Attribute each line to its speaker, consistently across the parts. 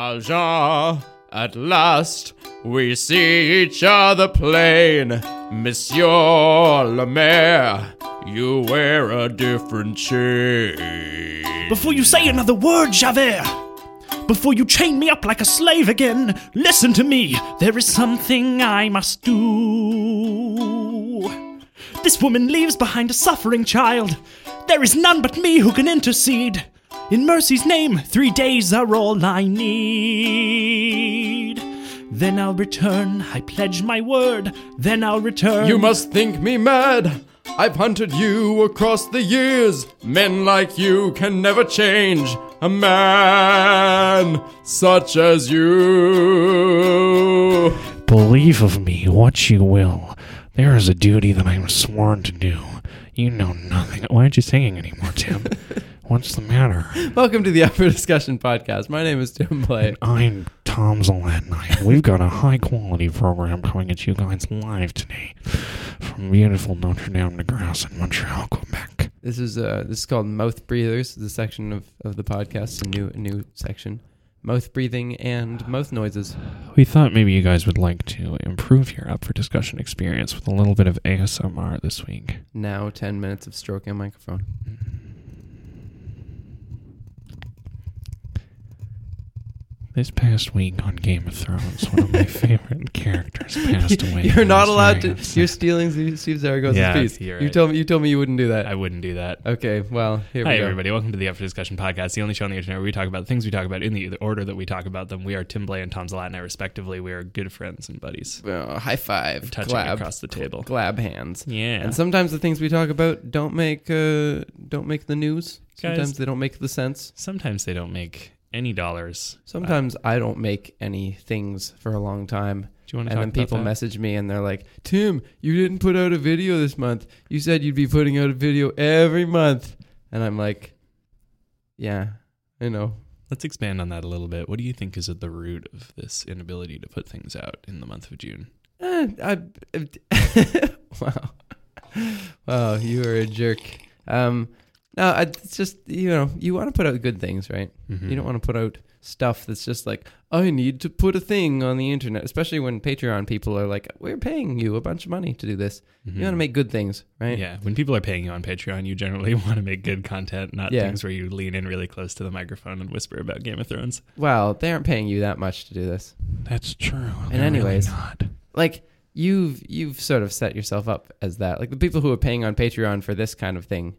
Speaker 1: Valjean, at last we see each other plain. Monsieur Le Maire, you wear a different chain.
Speaker 2: Before you say another word, Javert! Before you chain me up like a slave again, listen to me. There is something I must do. This woman leaves behind a suffering child. There is none but me who can intercede. In mercy's name, three days are all I need. Then I'll return. I pledge my word. Then I'll return.
Speaker 1: You must think me mad. I've hunted you across the years. Men like you can never change. A man such as you.
Speaker 3: Believe of me what you will. There is a duty that I am sworn to do. You know nothing. Why aren't you singing anymore, Tim? What's the matter?
Speaker 4: Welcome to the Opera Discussion Podcast. My name is Tim Blake.
Speaker 3: I'm Tom Zalatni. We've got a high quality program coming at you guys live today from beautiful Notre Dame de Grasse in Montreal, Quebec.
Speaker 4: This is uh, this is called Mouth Breathers, the section of, of the podcast, a new a new section. Mouth breathing and mouth noises.
Speaker 3: We thought maybe you guys would like to improve your up for discussion experience with a little bit of ASMR this week.
Speaker 4: Now ten minutes of stroking a microphone.
Speaker 3: This past week on Game of Thrones, one of my favorite characters passed away.
Speaker 4: You're
Speaker 3: and I
Speaker 4: not
Speaker 3: was
Speaker 4: allowed
Speaker 3: very
Speaker 4: to.
Speaker 3: upset.
Speaker 4: You're stealing Steve Steve Zaragoza's
Speaker 5: Yeah,
Speaker 4: piece.
Speaker 5: you're
Speaker 4: You
Speaker 5: right.
Speaker 4: told me you told me you wouldn't do that.
Speaker 5: I wouldn't do that.
Speaker 4: okay, well here we
Speaker 5: Hi,
Speaker 4: go.
Speaker 5: everybody. Welcome to the After Discussion Podcast, the only show on the internet where we talk about the things we talk about in the order that we talk about them. We are Tim Blay and Tom Zlatni, respectively. We are good friends and buddies.
Speaker 4: Uh, high five,
Speaker 5: Touching
Speaker 4: glab,
Speaker 5: across the table.
Speaker 4: glab hands.
Speaker 5: Yeah.
Speaker 4: And sometimes the things we talk about don't make uh, don't make the news.
Speaker 5: Guys.
Speaker 4: Sometimes they don't make the sense.
Speaker 5: Sometimes they don't make any dollars.
Speaker 4: Sometimes I don't make any things for a long time.
Speaker 5: Do you
Speaker 4: And
Speaker 5: wanna talk
Speaker 4: then
Speaker 5: about
Speaker 4: people
Speaker 5: that?
Speaker 4: message me and they're like, "Tim, you didn't put out a video this month. You said you'd be putting out a video every month." And I'm like, "Yeah, I know.
Speaker 5: Let's expand on that a little bit. What do you think is at the root of this inability to put things out in the month of June?
Speaker 4: Eh, I, wow, wow, you are a jerk." Um, no, I, it's just you know you want to put out good things, right? Mm-hmm. You don't want to put out stuff that's just like, I need to put a thing on the internet, especially when Patreon people are like, we're paying you a bunch of money to do this. You want to make good things, right?
Speaker 5: Mm-hmm. Yeah, when people are paying you on Patreon, you generally want to make good content, not
Speaker 4: Yeah.
Speaker 5: things where you lean in really close to the microphone and whisper about Game of Thrones.
Speaker 4: Well, they aren't paying you that much to do this.
Speaker 3: That's true.
Speaker 4: And
Speaker 3: They're really
Speaker 4: anyways,
Speaker 3: not.
Speaker 4: like you've you've sort of set yourself up as that. Like the people who are paying on Patreon for this kind of thing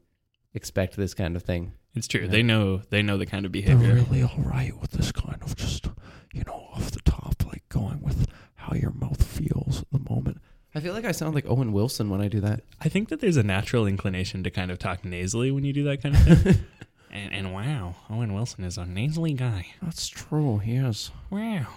Speaker 4: expect this kind of thing.
Speaker 5: It's true. They know they know the kind of
Speaker 3: they're
Speaker 5: behavior.
Speaker 3: really all right with this kind of just, you know, off the top, like going with how your mouth feels at the moment.
Speaker 4: I feel like I sound like Owen Wilson when I do that.
Speaker 5: I think that there's a natural inclination to kind of talk nasally when you do that kind of thing. and, and wow, Owen Wilson is a nasally guy.
Speaker 4: That's true. Yes.
Speaker 5: Wow,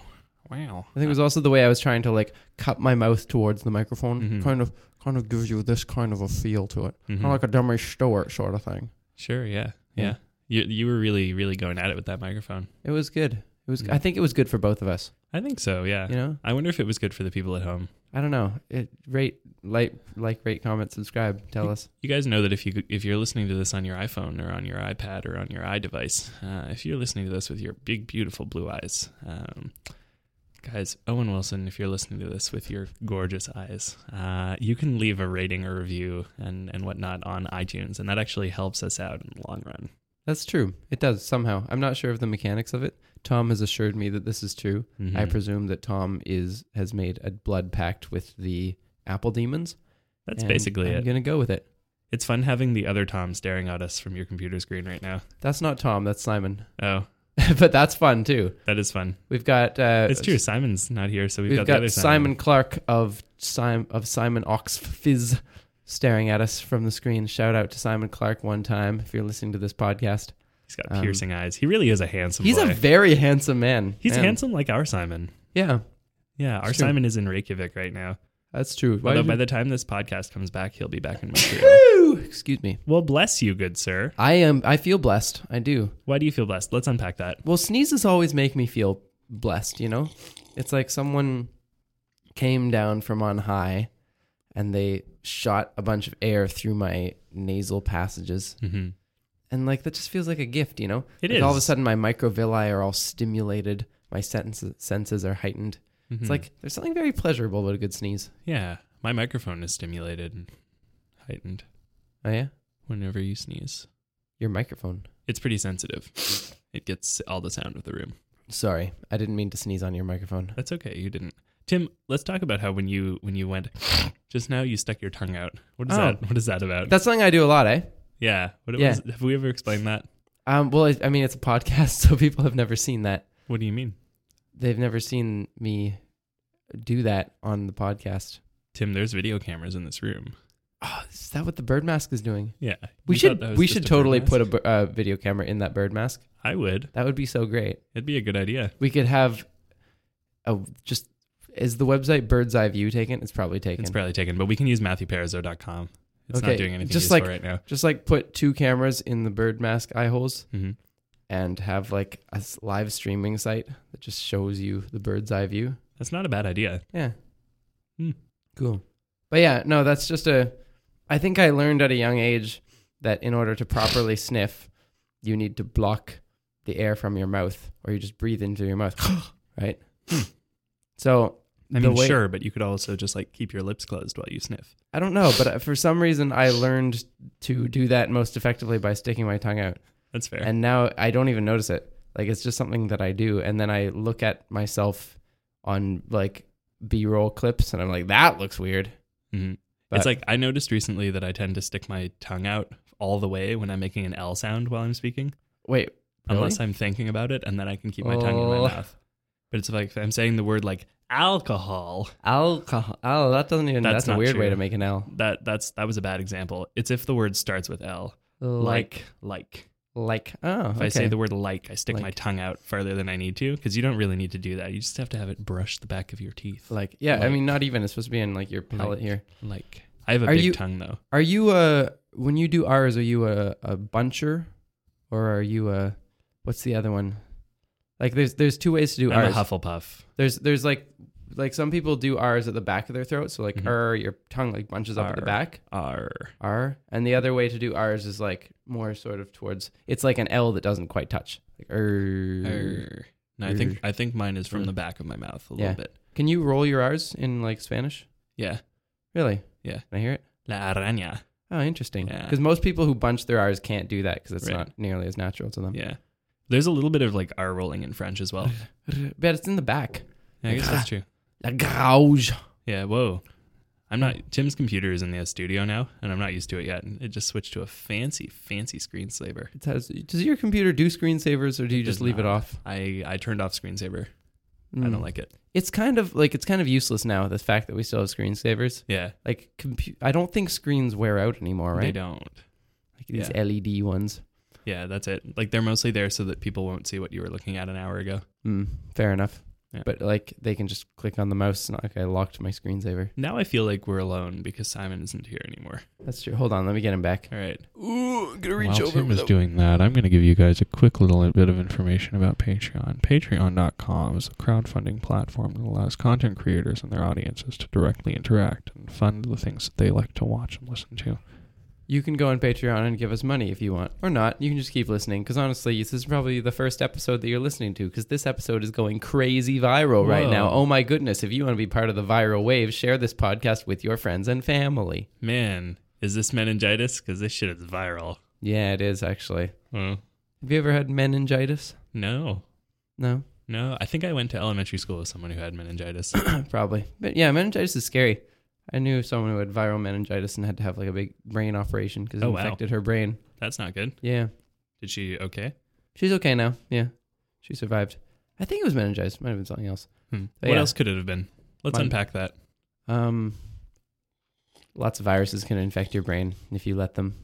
Speaker 5: wow.
Speaker 4: I think it was also the way I was trying to like cut my mouth towards the microphone. Kind of kind of gives you this kind of a feel to it. Kind of like a dummy Stewart sort of thing.
Speaker 5: Mm-hmm. Sure. Yeah.
Speaker 4: Yeah.
Speaker 5: Yeah. You you were really really going at it with that microphone.
Speaker 4: It was good. It was I think it was good for both of us.
Speaker 5: I think so. Yeah.
Speaker 4: You know?
Speaker 5: I wonder if it was good for the people at home.
Speaker 4: I don't know. It rate like like rate comment subscribe tell us.
Speaker 5: You guys know that if you if you're listening to this on your iPhone or on your iPad or on your iDevice, uh, if you're listening to this with your big beautiful blue eyes, um, guys, Owen Wilson, if you're listening to this with your gorgeous eyes, uh, you can leave a rating or review and and whatnot on iTunes, and that actually helps us out in the long run.
Speaker 4: That's true. It does somehow. I'm not sure of the mechanics of it. Tom has assured me that this is true. I
Speaker 5: Mhm.
Speaker 4: presume that Tom is has made a blood pact with the Apple demons.
Speaker 5: That's
Speaker 4: and
Speaker 5: basically
Speaker 4: I'm
Speaker 5: it.
Speaker 4: gonna go with it.
Speaker 5: It's fun having the other Tom staring at us from your computer screen right now.
Speaker 4: That's not Tom. That's Simon.
Speaker 5: Oh,
Speaker 4: but that's fun too.
Speaker 5: that is fun.
Speaker 4: We've got uh,
Speaker 5: It's true. Simon's not here, so we've,
Speaker 4: We've
Speaker 5: got,
Speaker 4: got,
Speaker 5: the other
Speaker 4: Simon Clark of Simon of Simon Ox Fizz staring at us from the screen. Shout out to Simon Clark one time if you're listening to this podcast.
Speaker 5: He's got
Speaker 4: Um,
Speaker 5: piercing eyes. He really is a handsome.
Speaker 4: He's
Speaker 5: boy.
Speaker 4: a very handsome man.
Speaker 5: He's
Speaker 4: Man.
Speaker 5: handsome like our Simon.
Speaker 4: Yeah,
Speaker 5: Yeah, our
Speaker 4: It's true.
Speaker 5: Simon is in Reykjavik right now.
Speaker 4: that's true. Why
Speaker 5: Although
Speaker 4: did
Speaker 5: by
Speaker 4: you-
Speaker 5: the time this podcast comes back, he'll be back in Montreal.
Speaker 4: excuse me.
Speaker 5: well, bless you, good sir.
Speaker 4: I am. I feel blessed. I do.
Speaker 5: Why do you feel blessed? Let's unpack that.
Speaker 4: Well, sneezes always make me feel blessed. You know, it's like someone came down from on high, and they shot a bunch of air through my nasal passages,
Speaker 5: Mm-hmm.
Speaker 4: and like that just feels like a gift, you know.
Speaker 5: It
Speaker 4: Like, all of a
Speaker 5: is.
Speaker 4: sudden my microvilli are all stimulated, my senses senses are heightened.
Speaker 5: Mhm.
Speaker 4: It's like there's something very pleasurable about a good sneeze.
Speaker 5: yeah, my microphone is stimulated and heightened
Speaker 4: Oh yeah,
Speaker 5: whenever you sneeze.
Speaker 4: your microphone.
Speaker 5: It's pretty sensitive. It gets all the sound of the room.
Speaker 4: Sorry, I didn't mean to sneeze on your microphone.
Speaker 5: That's okay. You didn't. Tim, let's talk about how when you when you went just now you stuck your tongue out. What is
Speaker 4: Oh.
Speaker 5: that? What is that about?
Speaker 4: That's something I do a lot, eh?
Speaker 5: yeah. What
Speaker 4: Yeah.
Speaker 5: Was, have we ever explained that?
Speaker 4: Um, well, I, I mean it's a podcast, so people have never seen that.
Speaker 5: What do you mean?
Speaker 4: They've never seen me do that on the podcast.
Speaker 5: Tim, there's video cameras in this room.
Speaker 4: Oh, is that what the bird mask is doing?
Speaker 5: Yeah.
Speaker 4: We
Speaker 5: You thought that
Speaker 4: should
Speaker 5: was
Speaker 4: we
Speaker 5: just
Speaker 4: should
Speaker 5: a bird
Speaker 4: totally
Speaker 5: mask?
Speaker 4: put a bir- uh, video camera in that bird mask.
Speaker 5: I would.
Speaker 4: That would be so great.
Speaker 5: It'd be a good idea.
Speaker 4: We could have a just is the website Bird's Eye View taken? It's probably taken.
Speaker 5: It's probably taken, but we can use MatthewParazzo.com. It's
Speaker 4: Okay,
Speaker 5: not doing anything
Speaker 4: just
Speaker 5: useful
Speaker 4: like-
Speaker 5: right now.
Speaker 4: just like put two cameras in the bird mask eye holes
Speaker 5: Mhm.
Speaker 4: and have like a s- live streaming site that just shows you the bird's eye view.
Speaker 5: That's not a bad idea.
Speaker 4: Yeah.
Speaker 5: Hmm.
Speaker 4: Cool. But yeah, no, that's just a. I think I learned at a young age that in order to properly sniff, you need to block the air from your mouth, or you just breathe into your mouth, right? so
Speaker 5: I
Speaker 4: The
Speaker 5: mean,
Speaker 4: way-
Speaker 5: sure, but you could also just like keep your lips closed while you sniff.
Speaker 4: I don't know, but uh, for some reason I learned to do that most effectively by sticking my tongue out.
Speaker 5: That's fair.
Speaker 4: and now I don't even notice it. Like it's just something that I do, and then I look at myself on like B-roll clips, and I'm like, that looks weird.
Speaker 5: Mhm.
Speaker 4: But-
Speaker 5: It's like I noticed recently that I tend to stick my tongue out all the way when I'm making an L sound while I'm speaking,
Speaker 4: Wait, really?
Speaker 5: unless I'm thinking about it, and then I can keep my tongue in
Speaker 4: Oh.
Speaker 5: my mouth. But it's like if I'm saying the word like alcohol.
Speaker 4: alcohol. Oh, that doesn't even.
Speaker 5: That's
Speaker 4: That's, a
Speaker 5: not
Speaker 4: weird way
Speaker 5: true.
Speaker 4: to make an L.
Speaker 5: That that's that was a bad example. It's if the word starts with L, like like.
Speaker 4: like. Oh,
Speaker 5: If
Speaker 4: okay.
Speaker 5: I say the word like, I stick my
Speaker 4: Like.
Speaker 5: tongue out farther than I need to because you don't really need to do that. You just have to have it brush the back of your teeth.
Speaker 4: like, yeah. I
Speaker 5: like-
Speaker 4: mean, not even. It's supposed to be in like your palate
Speaker 5: Like.
Speaker 4: here.
Speaker 5: Like I have a
Speaker 4: Are
Speaker 5: big
Speaker 4: you-
Speaker 5: tongue though.
Speaker 4: Are you a when you do R's? Are you a a buncher, or are you a what's the other one? Like, there's there's two ways to do
Speaker 5: I'm
Speaker 4: R's.
Speaker 5: a Hufflepuff.
Speaker 4: There's there's like like some people do R's at the back of their throat, so like
Speaker 5: Mhm.
Speaker 4: R, your tongue like bunches up at the
Speaker 5: R.
Speaker 4: back.
Speaker 5: R.
Speaker 4: R. And the other way to do R's is like more sort of towards it's like an L that doesn't quite touch. Like R.
Speaker 5: Err. No, I think I think mine is from the back of my mouth a
Speaker 4: Yeah.
Speaker 5: little bit.
Speaker 4: Can you roll your R's in like Spanish?
Speaker 5: Yeah.
Speaker 4: Really?
Speaker 5: Yeah.
Speaker 4: Can I hear it?
Speaker 5: La araña.
Speaker 4: Oh, interesting.
Speaker 5: Yeah.
Speaker 4: Because most people who bunch their R's can't do that because it's
Speaker 5: Right.
Speaker 4: not nearly as natural to them.
Speaker 5: Yeah. There's a little bit of like R rolling in French as well.
Speaker 4: But it's in the back.
Speaker 5: Yeah, I guess
Speaker 4: Ah.
Speaker 5: that's true.
Speaker 4: La gauge.
Speaker 5: Yeah. Whoa. I'm not. Tim's computer is in the studio now, and I'm not used to it yet. It just switched to a fancy, fancy screensaver.
Speaker 4: It has, does your computer do screensavers or do you just
Speaker 5: does
Speaker 4: leave it
Speaker 5: not.
Speaker 4: off?
Speaker 5: I I turned off screensaver. I
Speaker 4: Mm.
Speaker 5: don't like it.
Speaker 4: It's kind of like it's kind of useless now the fact that we still have screensavers.
Speaker 5: Yeah.
Speaker 4: like compu- I don't think screens wear out anymore,
Speaker 5: They
Speaker 4: right?
Speaker 5: don't.
Speaker 4: Like these
Speaker 5: yeah.
Speaker 4: LED ones.
Speaker 5: Yeah, that's it. Like they're mostly there so that people won't see what you were looking at an hour ago.
Speaker 4: Mm, fair enough.
Speaker 5: Yeah.
Speaker 4: But like they can just click on the mouse. It's not like I locked my screensaver.
Speaker 5: Now I feel like we're alone because Simon isn't here anymore.
Speaker 4: That's true. Hold on, let me get him back.
Speaker 5: All right.
Speaker 1: Ooh, I'm gonna reach
Speaker 3: While
Speaker 1: over
Speaker 3: Tim
Speaker 1: with
Speaker 3: is
Speaker 1: a
Speaker 3: doing that, I'm going to give you guys a quick little bit of information about Patreon. Patreon.com is a crowdfunding platform that allows content creators and their audiences to directly interact and fund the things that they like to watch and listen to.
Speaker 4: You can go on Patreon and give us money if you want, or not. You can just keep listening because honestly, this is probably the first episode that you're listening to because this episode is going crazy viral right
Speaker 5: Whoa.
Speaker 4: now. Oh my goodness! If you want to be part of the viral wave, share this podcast with your friends and family.
Speaker 5: Man, is this meningitis? Because this shit is viral.
Speaker 4: Yeah, it is actually.
Speaker 5: Oh,
Speaker 4: Have you ever had meningitis?
Speaker 5: no.
Speaker 4: No.
Speaker 5: No, I think I went to elementary school with someone who had meningitis.
Speaker 4: Probably. But yeah, meningitis is scary. I knew someone who had viral meningitis and had to have like a big brain operation because it
Speaker 5: Oh, wow.
Speaker 4: infected her brain.
Speaker 5: That's not good.
Speaker 4: Yeah.
Speaker 5: Did she okay?
Speaker 4: She's okay now. Yeah. She survived. I think it was meningitis. Might have been something else.
Speaker 5: Hmm.
Speaker 4: But
Speaker 5: What
Speaker 4: yeah.
Speaker 5: else could it have been? Let's
Speaker 4: Mine-
Speaker 5: unpack that.
Speaker 4: Um, lots of viruses can infect your brain if you let them.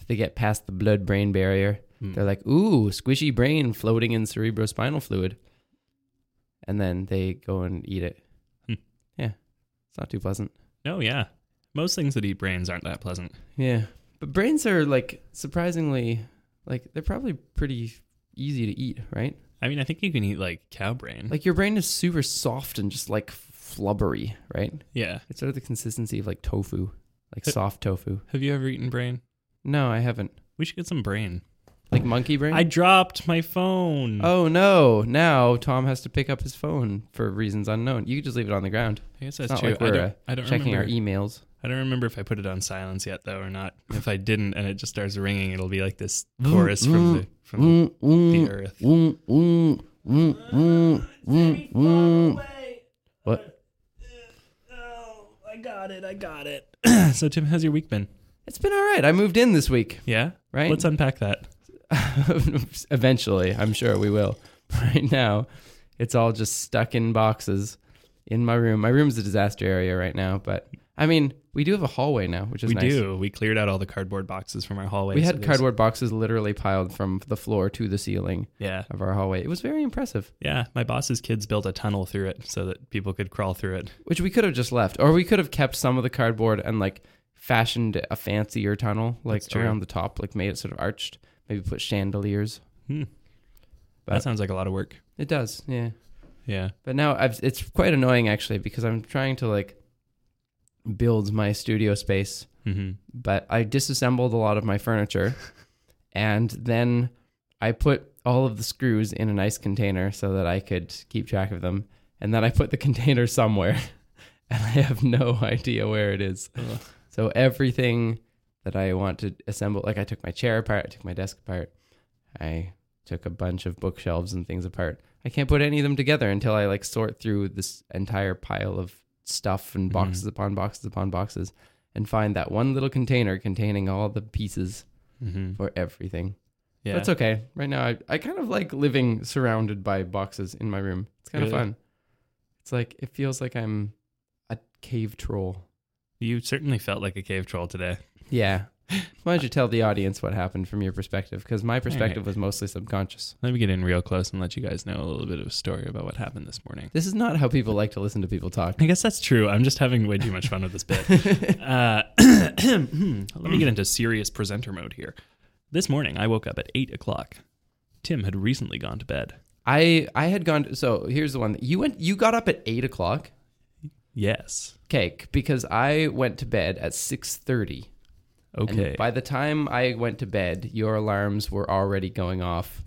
Speaker 4: If they get past the blood brain barrier,
Speaker 5: Hmm.
Speaker 4: they're like, ooh, squishy brain floating in cerebrospinal fluid. And then they go and eat it.
Speaker 5: Hmm.
Speaker 4: Yeah. It's not too pleasant.
Speaker 5: No, yeah. Most things that eat brains aren't that pleasant.
Speaker 4: Yeah. But brains are like surprisingly like they're probably pretty easy to eat, right?
Speaker 5: I mean, I think you can eat like cow brain.
Speaker 4: Like your brain is super soft and just like flubbery, right?
Speaker 5: yeah.
Speaker 4: It's sort of the consistency of like tofu, like
Speaker 5: Uh,
Speaker 4: soft tofu.
Speaker 5: Have you ever eaten brain?
Speaker 4: No, I haven't.
Speaker 5: We should get some brain.
Speaker 4: Like monkey brain?
Speaker 5: I dropped my phone.
Speaker 4: oh no! Now Tom has to pick up his phone for reasons unknown. You could just leave it on the ground.
Speaker 5: I guess
Speaker 4: It's
Speaker 5: that's
Speaker 4: not
Speaker 5: true.
Speaker 4: like
Speaker 5: I
Speaker 4: we're,
Speaker 5: don't,
Speaker 4: uh,
Speaker 5: I don't
Speaker 4: Checking
Speaker 5: remember.
Speaker 4: our emails.
Speaker 5: I don't remember if I put it on silence yet though or not. If I didn't, and it just starts ringing, it'll be like this
Speaker 4: Mm,
Speaker 5: chorus from the from the earth.
Speaker 4: mm, What?
Speaker 5: uh, oh, I got it. I got it. so Tim, how's your week been?
Speaker 4: It's been all right. I moved in this week.
Speaker 5: Yeah.
Speaker 4: Right.
Speaker 5: Let's unpack that.
Speaker 4: Eventually, I'm sure we will. Right now, it's all just stuck in boxes in my room. My room's a disaster area right now, but I mean, we do have a hallway now, which is
Speaker 5: we
Speaker 4: nice.
Speaker 5: do. We cleared out all the cardboard boxes from our hallway.
Speaker 4: We
Speaker 5: so
Speaker 4: had
Speaker 5: there's-
Speaker 4: cardboard boxes literally piled from the floor to the ceiling
Speaker 5: Yeah.
Speaker 4: of our hallway. It was very impressive,
Speaker 5: Yeah. My boss's kids built a tunnel through it so that people could crawl through it.
Speaker 4: which we could have just left, or we could have kept some of the cardboard and like fashioned a fancier tunnel like
Speaker 5: true.
Speaker 4: around the top, like made it sort of arched, maybe put chandeliers.
Speaker 5: Hmm.
Speaker 4: But-
Speaker 5: that sounds like a lot of work.
Speaker 4: It does, yeah.
Speaker 5: Yeah.
Speaker 4: But now I've, it's quite annoying actually because I'm trying to like build my studio space,
Speaker 5: Mm-hmm.
Speaker 4: but I disassembled a lot of my furniture and then I put all of the screws in a nice container so that I could keep track of them. And then I put the container somewhere and I have no idea where it is. So everything that I want to assemble, like I took my chair apart, I took my desk apart, I took a bunch of bookshelves and things apart. I can't put any of them together until I like sort through this entire pile of stuff and boxes upon boxes upon boxes and find that one little container containing all the pieces
Speaker 5: Mm-hmm.
Speaker 4: for everything.
Speaker 5: Yeah.
Speaker 4: That's okay. Right now, I, I kind of like living surrounded by boxes in my room. It's kind of
Speaker 5: Really?
Speaker 4: fun. It's like, it feels like I'm a cave troll.
Speaker 5: You certainly felt like a cave troll today.
Speaker 4: Yeah. Why don't you tell the audience what happened from your perspective? Because my perspective was mostly subconscious.
Speaker 5: Let me get in real close and let you guys know a little bit of a story about what happened this morning.
Speaker 4: This is not how people like to listen to people talk.
Speaker 5: I guess that's true. I'm just having way too much fun with this bit. Uh, let me get into serious presenter mode here. This morning, I woke up at 8 o'clock. Tim had recently gone to bed.
Speaker 4: I I had gone. so here's the one. You went. You got up at eight o'clock.
Speaker 5: Yes.
Speaker 4: Cake because I went to bed at six thirty.
Speaker 5: Okay.
Speaker 4: And by the time I went to bed, your alarms were already going off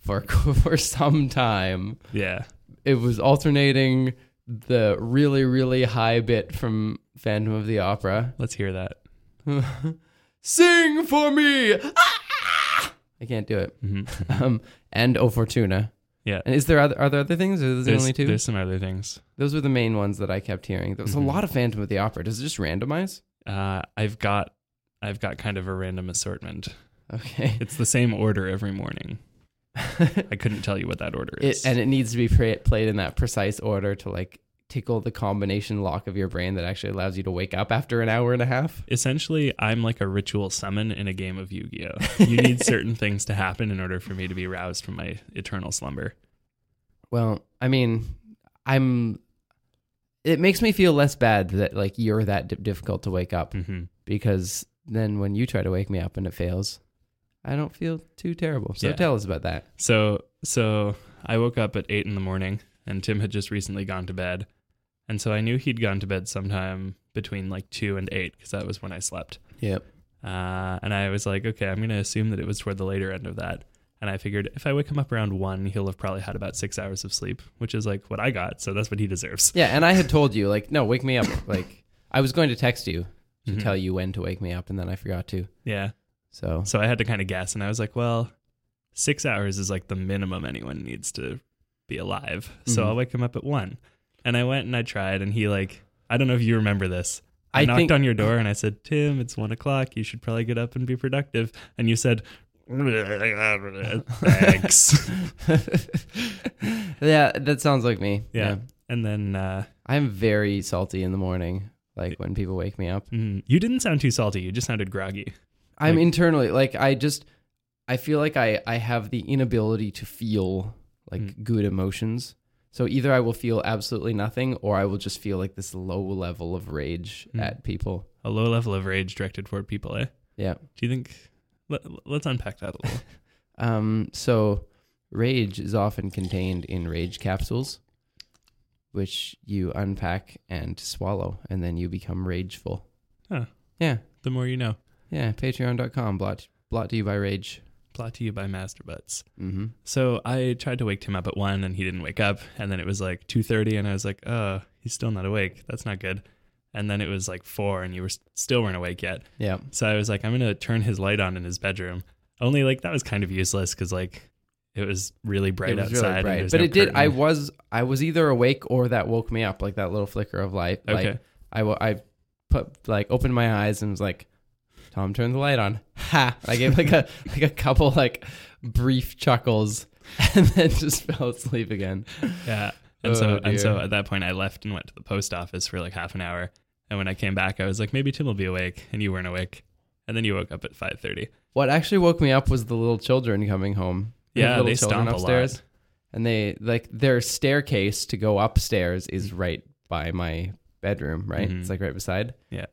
Speaker 4: for for some time.
Speaker 5: yeah.
Speaker 4: It was alternating the really really high bit from Phantom of the Opera.
Speaker 5: Let's hear that.
Speaker 4: Sing for me. Ah! I can't do it.
Speaker 5: Mm-hmm.
Speaker 4: Um, and O Fortuna.
Speaker 5: Yeah.
Speaker 4: And is there other are there other things? Or is there
Speaker 5: There's,
Speaker 4: only two?
Speaker 5: there's some other things.
Speaker 4: Those were the main ones that I kept hearing. There was
Speaker 5: Mm-hmm.
Speaker 4: a lot of Phantom of the Opera. Does it just randomize?
Speaker 5: Uh, I've got I've got kind of a random assortment.
Speaker 4: Okay.
Speaker 5: It's the same order every morning. I couldn't tell you what that order
Speaker 4: It,
Speaker 5: is.
Speaker 4: and it needs to be pra- played in that precise order to like tickle the combination lock of your brain that actually allows you to wake up after an hour and a half.
Speaker 5: Essentially, I'm like a ritual summon in a game of Yu Gi Oh! You need certain things to happen in order for me to be roused from my eternal slumber.
Speaker 4: Well, I mean, I'm. It makes me feel less bad that like you're that di- difficult to wake up
Speaker 5: Mm-hmm.
Speaker 4: because then when you try to wake me up and it fails, I don't feel too terrible. So
Speaker 5: Yeah.
Speaker 4: tell us about that.
Speaker 5: So, so I woke up at eight in the morning, and Tim had just recently gone to bed, and so I knew he'd gone to bed sometime between like two and eight because that was when I slept.
Speaker 4: Yep.
Speaker 5: Uh, and I was like, okay, I'm gonna assume that it was toward the later end of that. And I figured if I wake him up around one, he'll have probably had about six hours of sleep, which is like what I got. So that's what he deserves.
Speaker 4: Yeah, and I had told you like, no, wake me up. Like I was going to text you to tell you when to wake me up, and then I forgot to.
Speaker 5: Mm-hmm. Yeah.
Speaker 4: So
Speaker 5: So I had to kind of guess, and I was like, well, six hours is like the minimum anyone needs to be alive. So
Speaker 4: Mhm.
Speaker 5: I'll wake him up at one. And I went and I tried, and he like, I don't know if you remember this. I,
Speaker 4: I
Speaker 5: knocked
Speaker 4: think-
Speaker 5: on your door and I said, Tim, it's one o'clock. You should probably get up and be productive. And you said, thanks.
Speaker 4: yeah, that sounds like me.
Speaker 5: yeah. And then uh,
Speaker 4: I'm very salty in the morning. Like when people wake me up,
Speaker 5: mm, you didn't sound too salty. You just sounded groggy.
Speaker 4: I'm
Speaker 5: Like-
Speaker 4: internally like I just I feel like I I have the inability to feel like
Speaker 5: Mm.
Speaker 4: good emotions. So either I will feel absolutely nothing, or I will just feel like this low level of rage
Speaker 5: Mm.
Speaker 4: at people.
Speaker 5: A low level of rage directed toward people, eh?
Speaker 4: Yeah.
Speaker 5: Do you think? Let, let's unpack that a little.
Speaker 4: Um, so rage is often contained in rage capsules, which you unpack and swallow, and then you become rageful.
Speaker 5: Huh.
Speaker 4: Yeah.
Speaker 5: the more you know.
Speaker 4: Yeah. Patreon.com blot- Blot to you by rage.
Speaker 5: Plot to you by Master Butts.
Speaker 4: Mm-hmm.
Speaker 5: So I tried to wake him up at one, and he didn't wake up. And then it was like two thirty, and I was like, "Uh, he's still not awake. That's not good." And then it was like four, and you were still weren't awake yet.
Speaker 4: Yeah.
Speaker 5: So I was like, "I'm gonna turn his light on in his bedroom." Only like that was kind of useless because like it was really bright
Speaker 4: it was
Speaker 5: outside.
Speaker 4: really
Speaker 5: and
Speaker 4: bright.
Speaker 5: there's
Speaker 4: But
Speaker 5: no
Speaker 4: it did. I
Speaker 5: curtain.
Speaker 4: was I was either awake or that woke me up, like that little flicker of light. Like
Speaker 5: Okay.
Speaker 4: I wa- I put like opened my eyes and was like, Tom, turn the light on. Ha! And I gave like a like a couple like brief chuckles, and then just fell asleep again.
Speaker 5: yeah. And so
Speaker 4: Oh,
Speaker 5: and so
Speaker 4: dear.
Speaker 5: at that point, I left and went to the post office for like half an hour. And when I came back, I was like, "Maybe Tim will be awake," and you weren't awake. And then you woke up at five thirty.
Speaker 4: What actually woke me up was the little children coming home. We have
Speaker 5: Yeah,
Speaker 4: little
Speaker 5: they
Speaker 4: children
Speaker 5: stomp a lot.
Speaker 4: and they like their staircase to go upstairs is right by my bedroom, right?
Speaker 5: Mhm.
Speaker 4: It's like right beside.
Speaker 5: Yeah.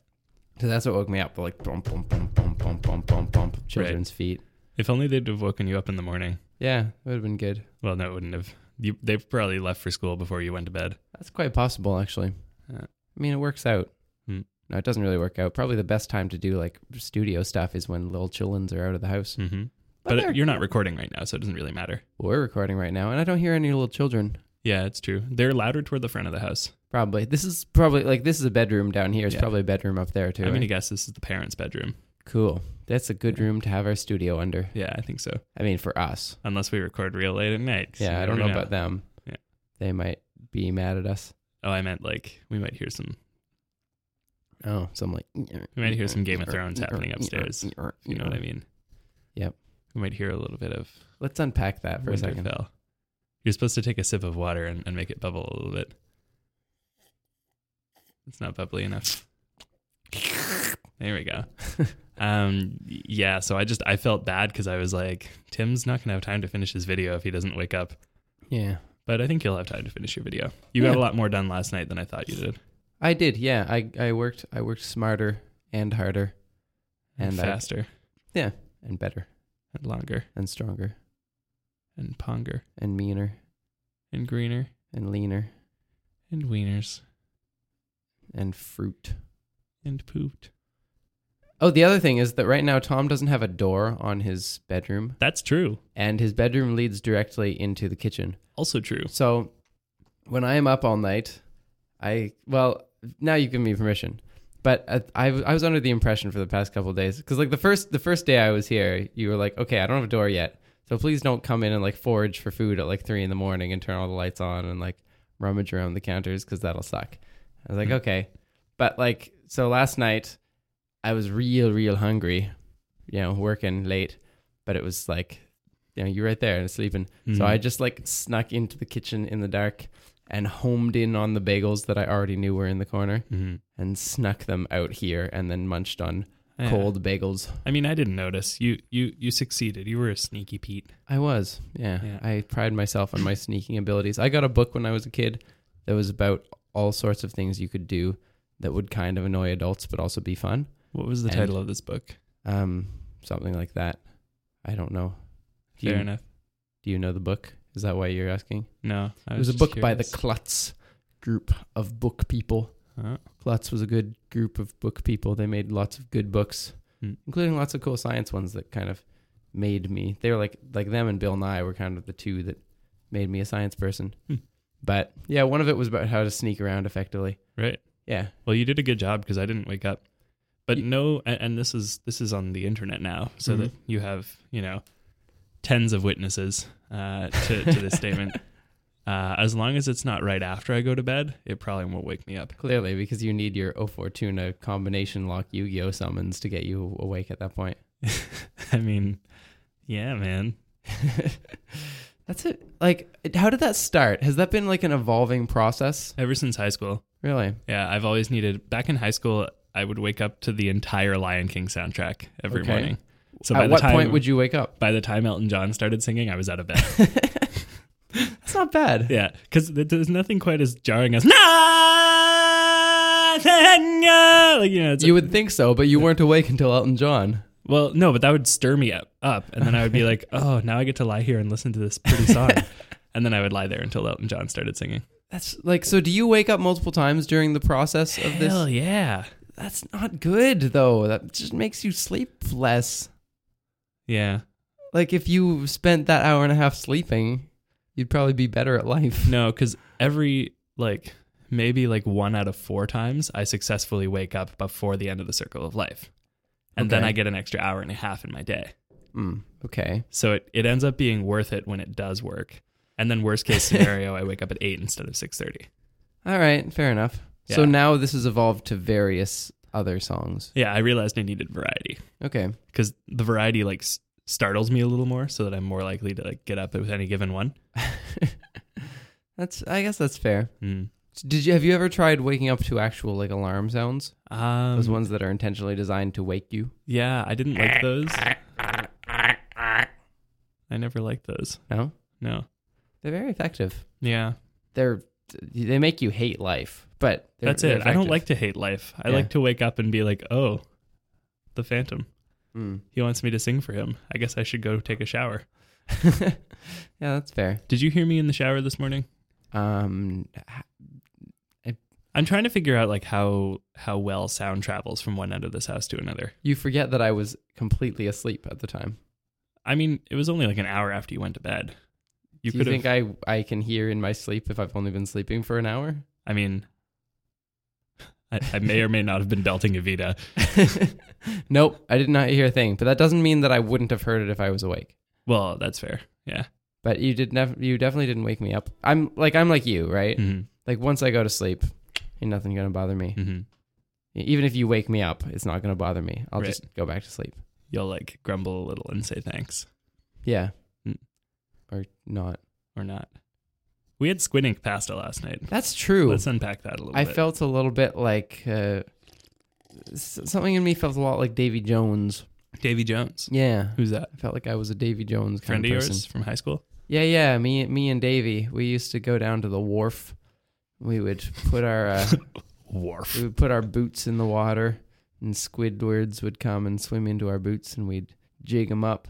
Speaker 4: So that's what woke me up. Like bump, bump, bump, bump, bump, bump, bump, bump. Children's feet.
Speaker 5: If only they'd have woken you up in the morning.
Speaker 4: Yeah, it would have been good.
Speaker 5: Well, no, it wouldn't have. You, they probably left for school before you went to bed.
Speaker 4: That's quite possible, actually. Uh,
Speaker 5: Yeah.
Speaker 4: I mean, it works out.
Speaker 5: Hmm.
Speaker 4: No, it doesn't really work out. Probably the best time to do like studio stuff is when little chillins are out of the house.
Speaker 5: Mm-hmm.
Speaker 4: But
Speaker 5: But,
Speaker 4: they're-
Speaker 5: you're not recording right now, so it doesn't really matter.
Speaker 4: We're recording right now, and I don't hear any little children.
Speaker 5: Yeah, it's true. They're louder toward the front of the house.
Speaker 4: Probably this is probably like this is a bedroom down here. It's
Speaker 5: Yeah.
Speaker 4: probably a bedroom up there too.
Speaker 5: I'm going
Speaker 4: right?
Speaker 5: to guess this is the parents' bedroom.
Speaker 4: Cool. That's a good room to have our studio under.
Speaker 5: Yeah, I think so.
Speaker 4: I mean, for us.
Speaker 5: Unless we record real late at night. 'cause
Speaker 4: Yeah,
Speaker 5: you
Speaker 4: I don't know
Speaker 5: never
Speaker 4: about them.
Speaker 5: Yeah.
Speaker 4: They might be mad at us.
Speaker 5: Oh, I meant like we might hear some.
Speaker 4: Oh, so I'm like,
Speaker 5: We might hear some Game of Thrones happening upstairs, You know what I mean?
Speaker 4: Yep.
Speaker 5: We might hear a little bit of
Speaker 4: Let's unpack that for a second.
Speaker 5: Winterfell. You're supposed to take a sip of water and, and make it bubble a little bit. It's not bubbly enough. There we go. Um, yeah, so I just I felt bad because I was like, Tim's not gonna have time to finish his video if he doesn't wake up.
Speaker 4: Yeah,
Speaker 5: But I think you'll have time to finish your video. You got
Speaker 4: Yeah.
Speaker 5: a lot more done last night than I thought you did.
Speaker 4: I did. Yeah, I I worked I worked smarter and harder
Speaker 5: And
Speaker 4: And I-
Speaker 5: faster
Speaker 4: and better
Speaker 5: and longer
Speaker 4: and stronger
Speaker 5: and ponger
Speaker 4: and meaner
Speaker 5: and greener
Speaker 4: and leaner
Speaker 5: and wieners
Speaker 4: and fruit.
Speaker 5: and pooped.
Speaker 4: Oh, the other thing is that right now Tom doesn't have a door on his bedroom,
Speaker 5: That's true.
Speaker 4: and his bedroom leads directly into the kitchen.
Speaker 5: Also true.
Speaker 4: So when I am up all night, I well now you've given me permission, but uh, I I was under the impression for the past couple of days because like the first the first day I was here, you were like, okay, I don't have a door yet, so please don't come in and like forage for food at like three in the morning and turn all the lights on and like rummage around the counters because that'll suck. I was like, okay, but like so last night, I was real real hungry, you know, working late, but it was like, you know, you're right there and sleeping. So
Speaker 5: Mm-hmm. Mm.
Speaker 4: I just like snuck into the kitchen in the dark and homed in on the bagels that I already knew were in the corner
Speaker 5: mm-hmm.
Speaker 4: and snuck them out here and then munched on cold bagels.
Speaker 5: I mean, I didn't notice. You you you succeeded. You were a sneaky Pete.
Speaker 4: I was, yeah.
Speaker 5: Yeah.
Speaker 4: I pride myself on my sneaking abilities. I got a book when I was a kid that was about all sorts of things you could do that would kind of annoy adults but also be fun.
Speaker 5: What was the
Speaker 4: And-
Speaker 5: title of this book?
Speaker 4: Um, something like that. I don't know. Do
Speaker 5: Fair
Speaker 4: you,
Speaker 5: enough.
Speaker 4: do you know the book? Is that why you're asking?
Speaker 5: No, I
Speaker 4: It was a
Speaker 5: just
Speaker 4: book by the
Speaker 5: curious.
Speaker 4: Klutz group of book people.
Speaker 5: Huh?
Speaker 4: Klutz was a good group of book people. They made lots of good books,
Speaker 5: Hmm.
Speaker 4: including lots of cool science ones that kind of made me. They were like like them and Bill Nye were kind of the two that made me a science person.
Speaker 5: Hmm.
Speaker 4: But yeah, one of it was about how to sneak around effectively.
Speaker 5: Right.
Speaker 4: Yeah,
Speaker 5: Well, you did a good job because I didn't wake up. But no, and, and this is this is on the internet now, so that you have you know tens of witnesses uh, to to this statement. Uh, as long as it's not right after I go to bed, it probably won't wake me up.
Speaker 4: clearly because you need your O Fortuna combination lock Yu-Gi-Oh summons to get you awake at that point.
Speaker 5: I mean, yeah, man.
Speaker 4: That's it. Like, it- how did that start? Has that been like an evolving process?
Speaker 5: Ever since high school,
Speaker 4: Really?
Speaker 5: yeah, I've always needed. Back in high school, I would wake up to the entire Lion King soundtrack every
Speaker 4: Okay.
Speaker 5: morning. So by
Speaker 4: at
Speaker 5: the
Speaker 4: what
Speaker 5: time,
Speaker 4: point would you wake up?
Speaker 5: by the time Elton John started singing, I was out of bed.
Speaker 4: That's not bad.
Speaker 5: Yeah, because there's nothing quite as jarring as Nathaniel. Like you know, it's
Speaker 4: You would think so, but you weren't awake until Elton John.
Speaker 5: well, no, but that would stir me up, up, and then I would be like, oh, now I get to lie here and listen to this pretty song, and then I would lie there until Elton John started singing.
Speaker 4: That's like so. Do you wake up multiple times during the process of this?
Speaker 5: Hell yeah!
Speaker 4: That's not good, though. That just makes you sleep less.
Speaker 5: Yeah.
Speaker 4: Like if you spent that hour and a half sleeping, you'd probably be better at life.
Speaker 5: No, because every like maybe like one out of four times I successfully wake up before the end of the circle of life. And then
Speaker 4: Okay.
Speaker 5: I get an extra hour and a half in my day.
Speaker 4: Mm, okay.
Speaker 5: So it, it ends up being worth it when it does work. And then worst case scenario, I wake up at eight instead of six thirty.
Speaker 4: All right. Fair enough. So
Speaker 5: Yeah.
Speaker 4: now this has evolved to various other songs.
Speaker 5: Yeah, I realized I needed variety.
Speaker 4: Okay.
Speaker 5: because the variety like s- startles me a little more so that i'm more likely to like get up with any given one
Speaker 4: That's. I guess that's fair.
Speaker 5: mm.
Speaker 4: Did you have you ever tried waking up to actual like alarm sounds?
Speaker 5: um,
Speaker 4: Those ones that are intentionally designed to wake you.
Speaker 5: yeah i didn't like those i never liked those
Speaker 4: No,
Speaker 5: no
Speaker 4: they're very effective.
Speaker 5: yeah
Speaker 4: They're they make you hate life, but they're,
Speaker 5: that's
Speaker 4: they're
Speaker 5: it i don't
Speaker 4: effective.
Speaker 5: like to hate life i
Speaker 4: Yeah.
Speaker 5: like to wake up and be like oh the phantom
Speaker 4: Mm.
Speaker 5: he wants me to sing for him i guess i should go take a shower
Speaker 4: yeah, that's fair.
Speaker 5: did you hear me in the shower this morning
Speaker 4: Um, h-
Speaker 5: i'm trying to figure out like how how well sound travels from one end of this house to another
Speaker 4: you forget that I was completely asleep at the time.
Speaker 5: i mean it was only like an hour after you went to bed you
Speaker 4: Do you
Speaker 5: could have
Speaker 4: think I I can hear in my sleep if I've only been sleeping for an hour?
Speaker 5: I mean, I, I may or may not have been belting Evita.
Speaker 4: nope, I did not hear a thing. But that doesn't mean that I wouldn't have heard it if I was awake.
Speaker 5: Well, that's fair. Yeah.
Speaker 4: But you did never. You definitely didn't wake me up. I'm like I'm like you, right?
Speaker 5: hmm
Speaker 4: Like once I go to sleep, ain't nothing gonna bother me.
Speaker 5: hmm
Speaker 4: E, Even if you wake me up, it's not gonna bother me. I'll
Speaker 5: Right.
Speaker 4: just go back to sleep.
Speaker 5: You'll like grumble a little and say thanks
Speaker 4: Yeah,
Speaker 5: Mm.
Speaker 4: or not.
Speaker 5: or not. We had squid ink pasta last night.
Speaker 4: That's true.
Speaker 5: Let's unpack that a little
Speaker 4: I
Speaker 5: bit.
Speaker 4: felt a little bit like uh, s- something in me felt a lot like Davy Jones.
Speaker 5: Davy Jones.
Speaker 4: Yeah,
Speaker 5: Who's that?
Speaker 4: I felt like I was a Davy Jones kind
Speaker 5: Friend of
Speaker 4: person.
Speaker 5: yours from high school?
Speaker 4: Yeah, yeah. Me, me and Davy, we used to go down to the wharf. We would put our uh, we
Speaker 5: Wharf.
Speaker 4: would put our boots in the water, and squidwards would come and swim into our boots, and we'd jig them up,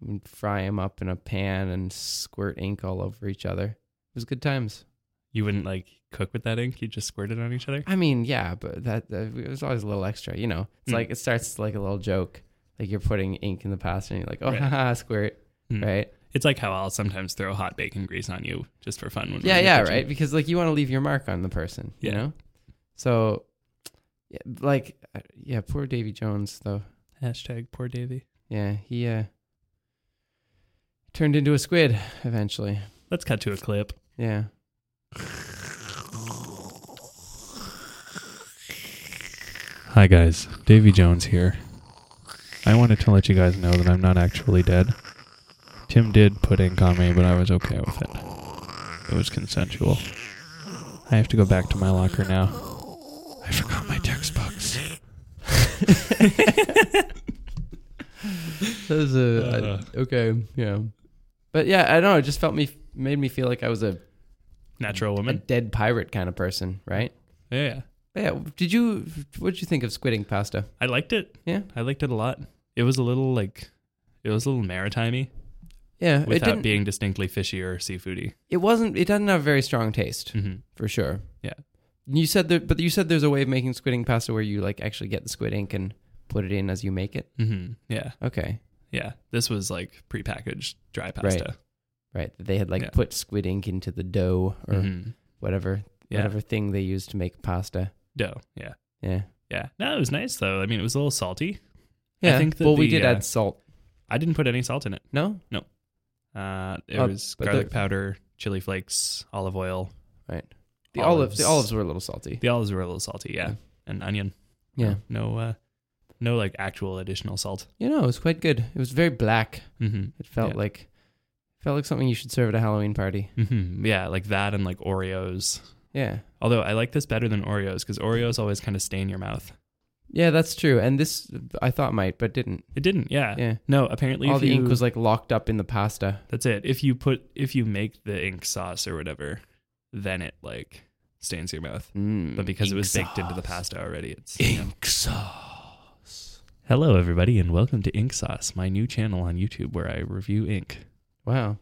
Speaker 4: we'd fry them up in a pan, and squirt ink all over each other. It was good times.
Speaker 5: You wouldn't like cook with that ink? You just squirt it on each other?
Speaker 4: I mean, yeah, but that, that it was always a little extra, you know. It's
Speaker 5: Mm.
Speaker 4: like it starts like a little joke, like you're putting ink in the pasta, and you're like, oh,
Speaker 5: Right.
Speaker 4: haha, squirt,
Speaker 5: Mm.
Speaker 4: right?
Speaker 5: It's like how I'll sometimes throw hot bacon grease on you just for fun. When we're
Speaker 4: Yeah,
Speaker 5: in the
Speaker 4: yeah,
Speaker 5: kitchen.
Speaker 4: right. Because like you want to leave your mark on the person, you
Speaker 5: Yeah.
Speaker 4: know. So, yeah, like, uh, yeah, poor Davy Jones though.
Speaker 5: Hashtag poor Davy.
Speaker 4: Yeah, he uh turned into a squid eventually.
Speaker 5: Let's cut to a clip.
Speaker 4: Yeah.
Speaker 3: Hi guys, Davy Jones here. I wanted to let you guys know that I'm not actually dead. Tim did put ink on me, but I was okay with it. It was consensual. I have to go back to my locker now. I forgot my textbooks.
Speaker 4: That was
Speaker 5: Uh.
Speaker 4: a, I- okay. Yeah. But yeah, I don't know. It just felt me made me feel like I was a,
Speaker 5: Natural
Speaker 4: a
Speaker 5: woman.
Speaker 4: dead pirate kind of person, right?
Speaker 5: Yeah, yeah.
Speaker 4: But yeah. Did you? What did you think of squidding pasta?
Speaker 5: I liked it.
Speaker 4: Yeah.
Speaker 5: I liked it a lot. It was a little like it was a little maritimey
Speaker 4: Yeah. it
Speaker 5: without
Speaker 4: didn't.
Speaker 5: being distinctly fishy or seafoody.
Speaker 4: it wasn't. It doesn't have very strong taste
Speaker 5: Mm-hmm.
Speaker 4: for sure.
Speaker 5: Yeah.
Speaker 4: You said that, but you said there's a way of making squidding pasta where you like actually get the squid ink and put it in as you make it.
Speaker 5: Mm-hmm. Yeah,
Speaker 4: Okay.
Speaker 5: yeah. This was like prepackaged dry pasta.
Speaker 4: Right. They had like
Speaker 5: Yeah.
Speaker 4: put squid ink into the dough or
Speaker 5: Mhm.
Speaker 4: whatever
Speaker 5: Yeah,
Speaker 4: whatever thing they use to make pasta.
Speaker 5: dough. Yeah,
Speaker 4: Yeah.
Speaker 5: yeah. No, it was nice though. I mean, it was a little salty.
Speaker 4: Yeah.
Speaker 5: think that
Speaker 4: well, we
Speaker 5: the,
Speaker 4: did
Speaker 5: uh,
Speaker 4: add salt.
Speaker 5: I didn't put any salt in it.
Speaker 4: No?
Speaker 5: Uh, it
Speaker 4: Oh,
Speaker 5: was
Speaker 4: but
Speaker 5: garlic
Speaker 4: the-
Speaker 5: powder, chili flakes, olive oil.
Speaker 4: The olives.
Speaker 5: olives.
Speaker 4: the olives were a little salty.
Speaker 5: The olives were a little salty. Yeah, and onion.
Speaker 4: Yeah.
Speaker 5: No, uh, no like actual additional salt.
Speaker 4: You know, it was quite good. It was very black.
Speaker 5: Mm-hmm.
Speaker 4: It felt
Speaker 5: Yeah.
Speaker 4: like felt like something you should serve at a Halloween party.
Speaker 5: Mm-hmm. Yeah, like that and like Oreos.
Speaker 4: Yeah.
Speaker 5: Although I like this better than Oreos because Oreos always kind of stain your mouth.
Speaker 4: Yeah, that's true. And this I thought might, but didn't.
Speaker 5: It didn't. Yeah.
Speaker 4: Yeah.
Speaker 5: No. Apparently,
Speaker 4: All
Speaker 5: if
Speaker 4: the
Speaker 5: you,
Speaker 4: ink was like locked up in the pasta.
Speaker 5: That's it. If you put if you make the ink sauce or whatever, then it like stains your mouth.
Speaker 4: Mm.
Speaker 5: But because it was
Speaker 4: Ink
Speaker 5: baked into the
Speaker 4: sauce.
Speaker 5: pasta already, it's
Speaker 4: Ink sauce.
Speaker 5: Hello everybody and welcome to Ink Sauce, my new channel on YouTube where I review ink.
Speaker 4: Wow.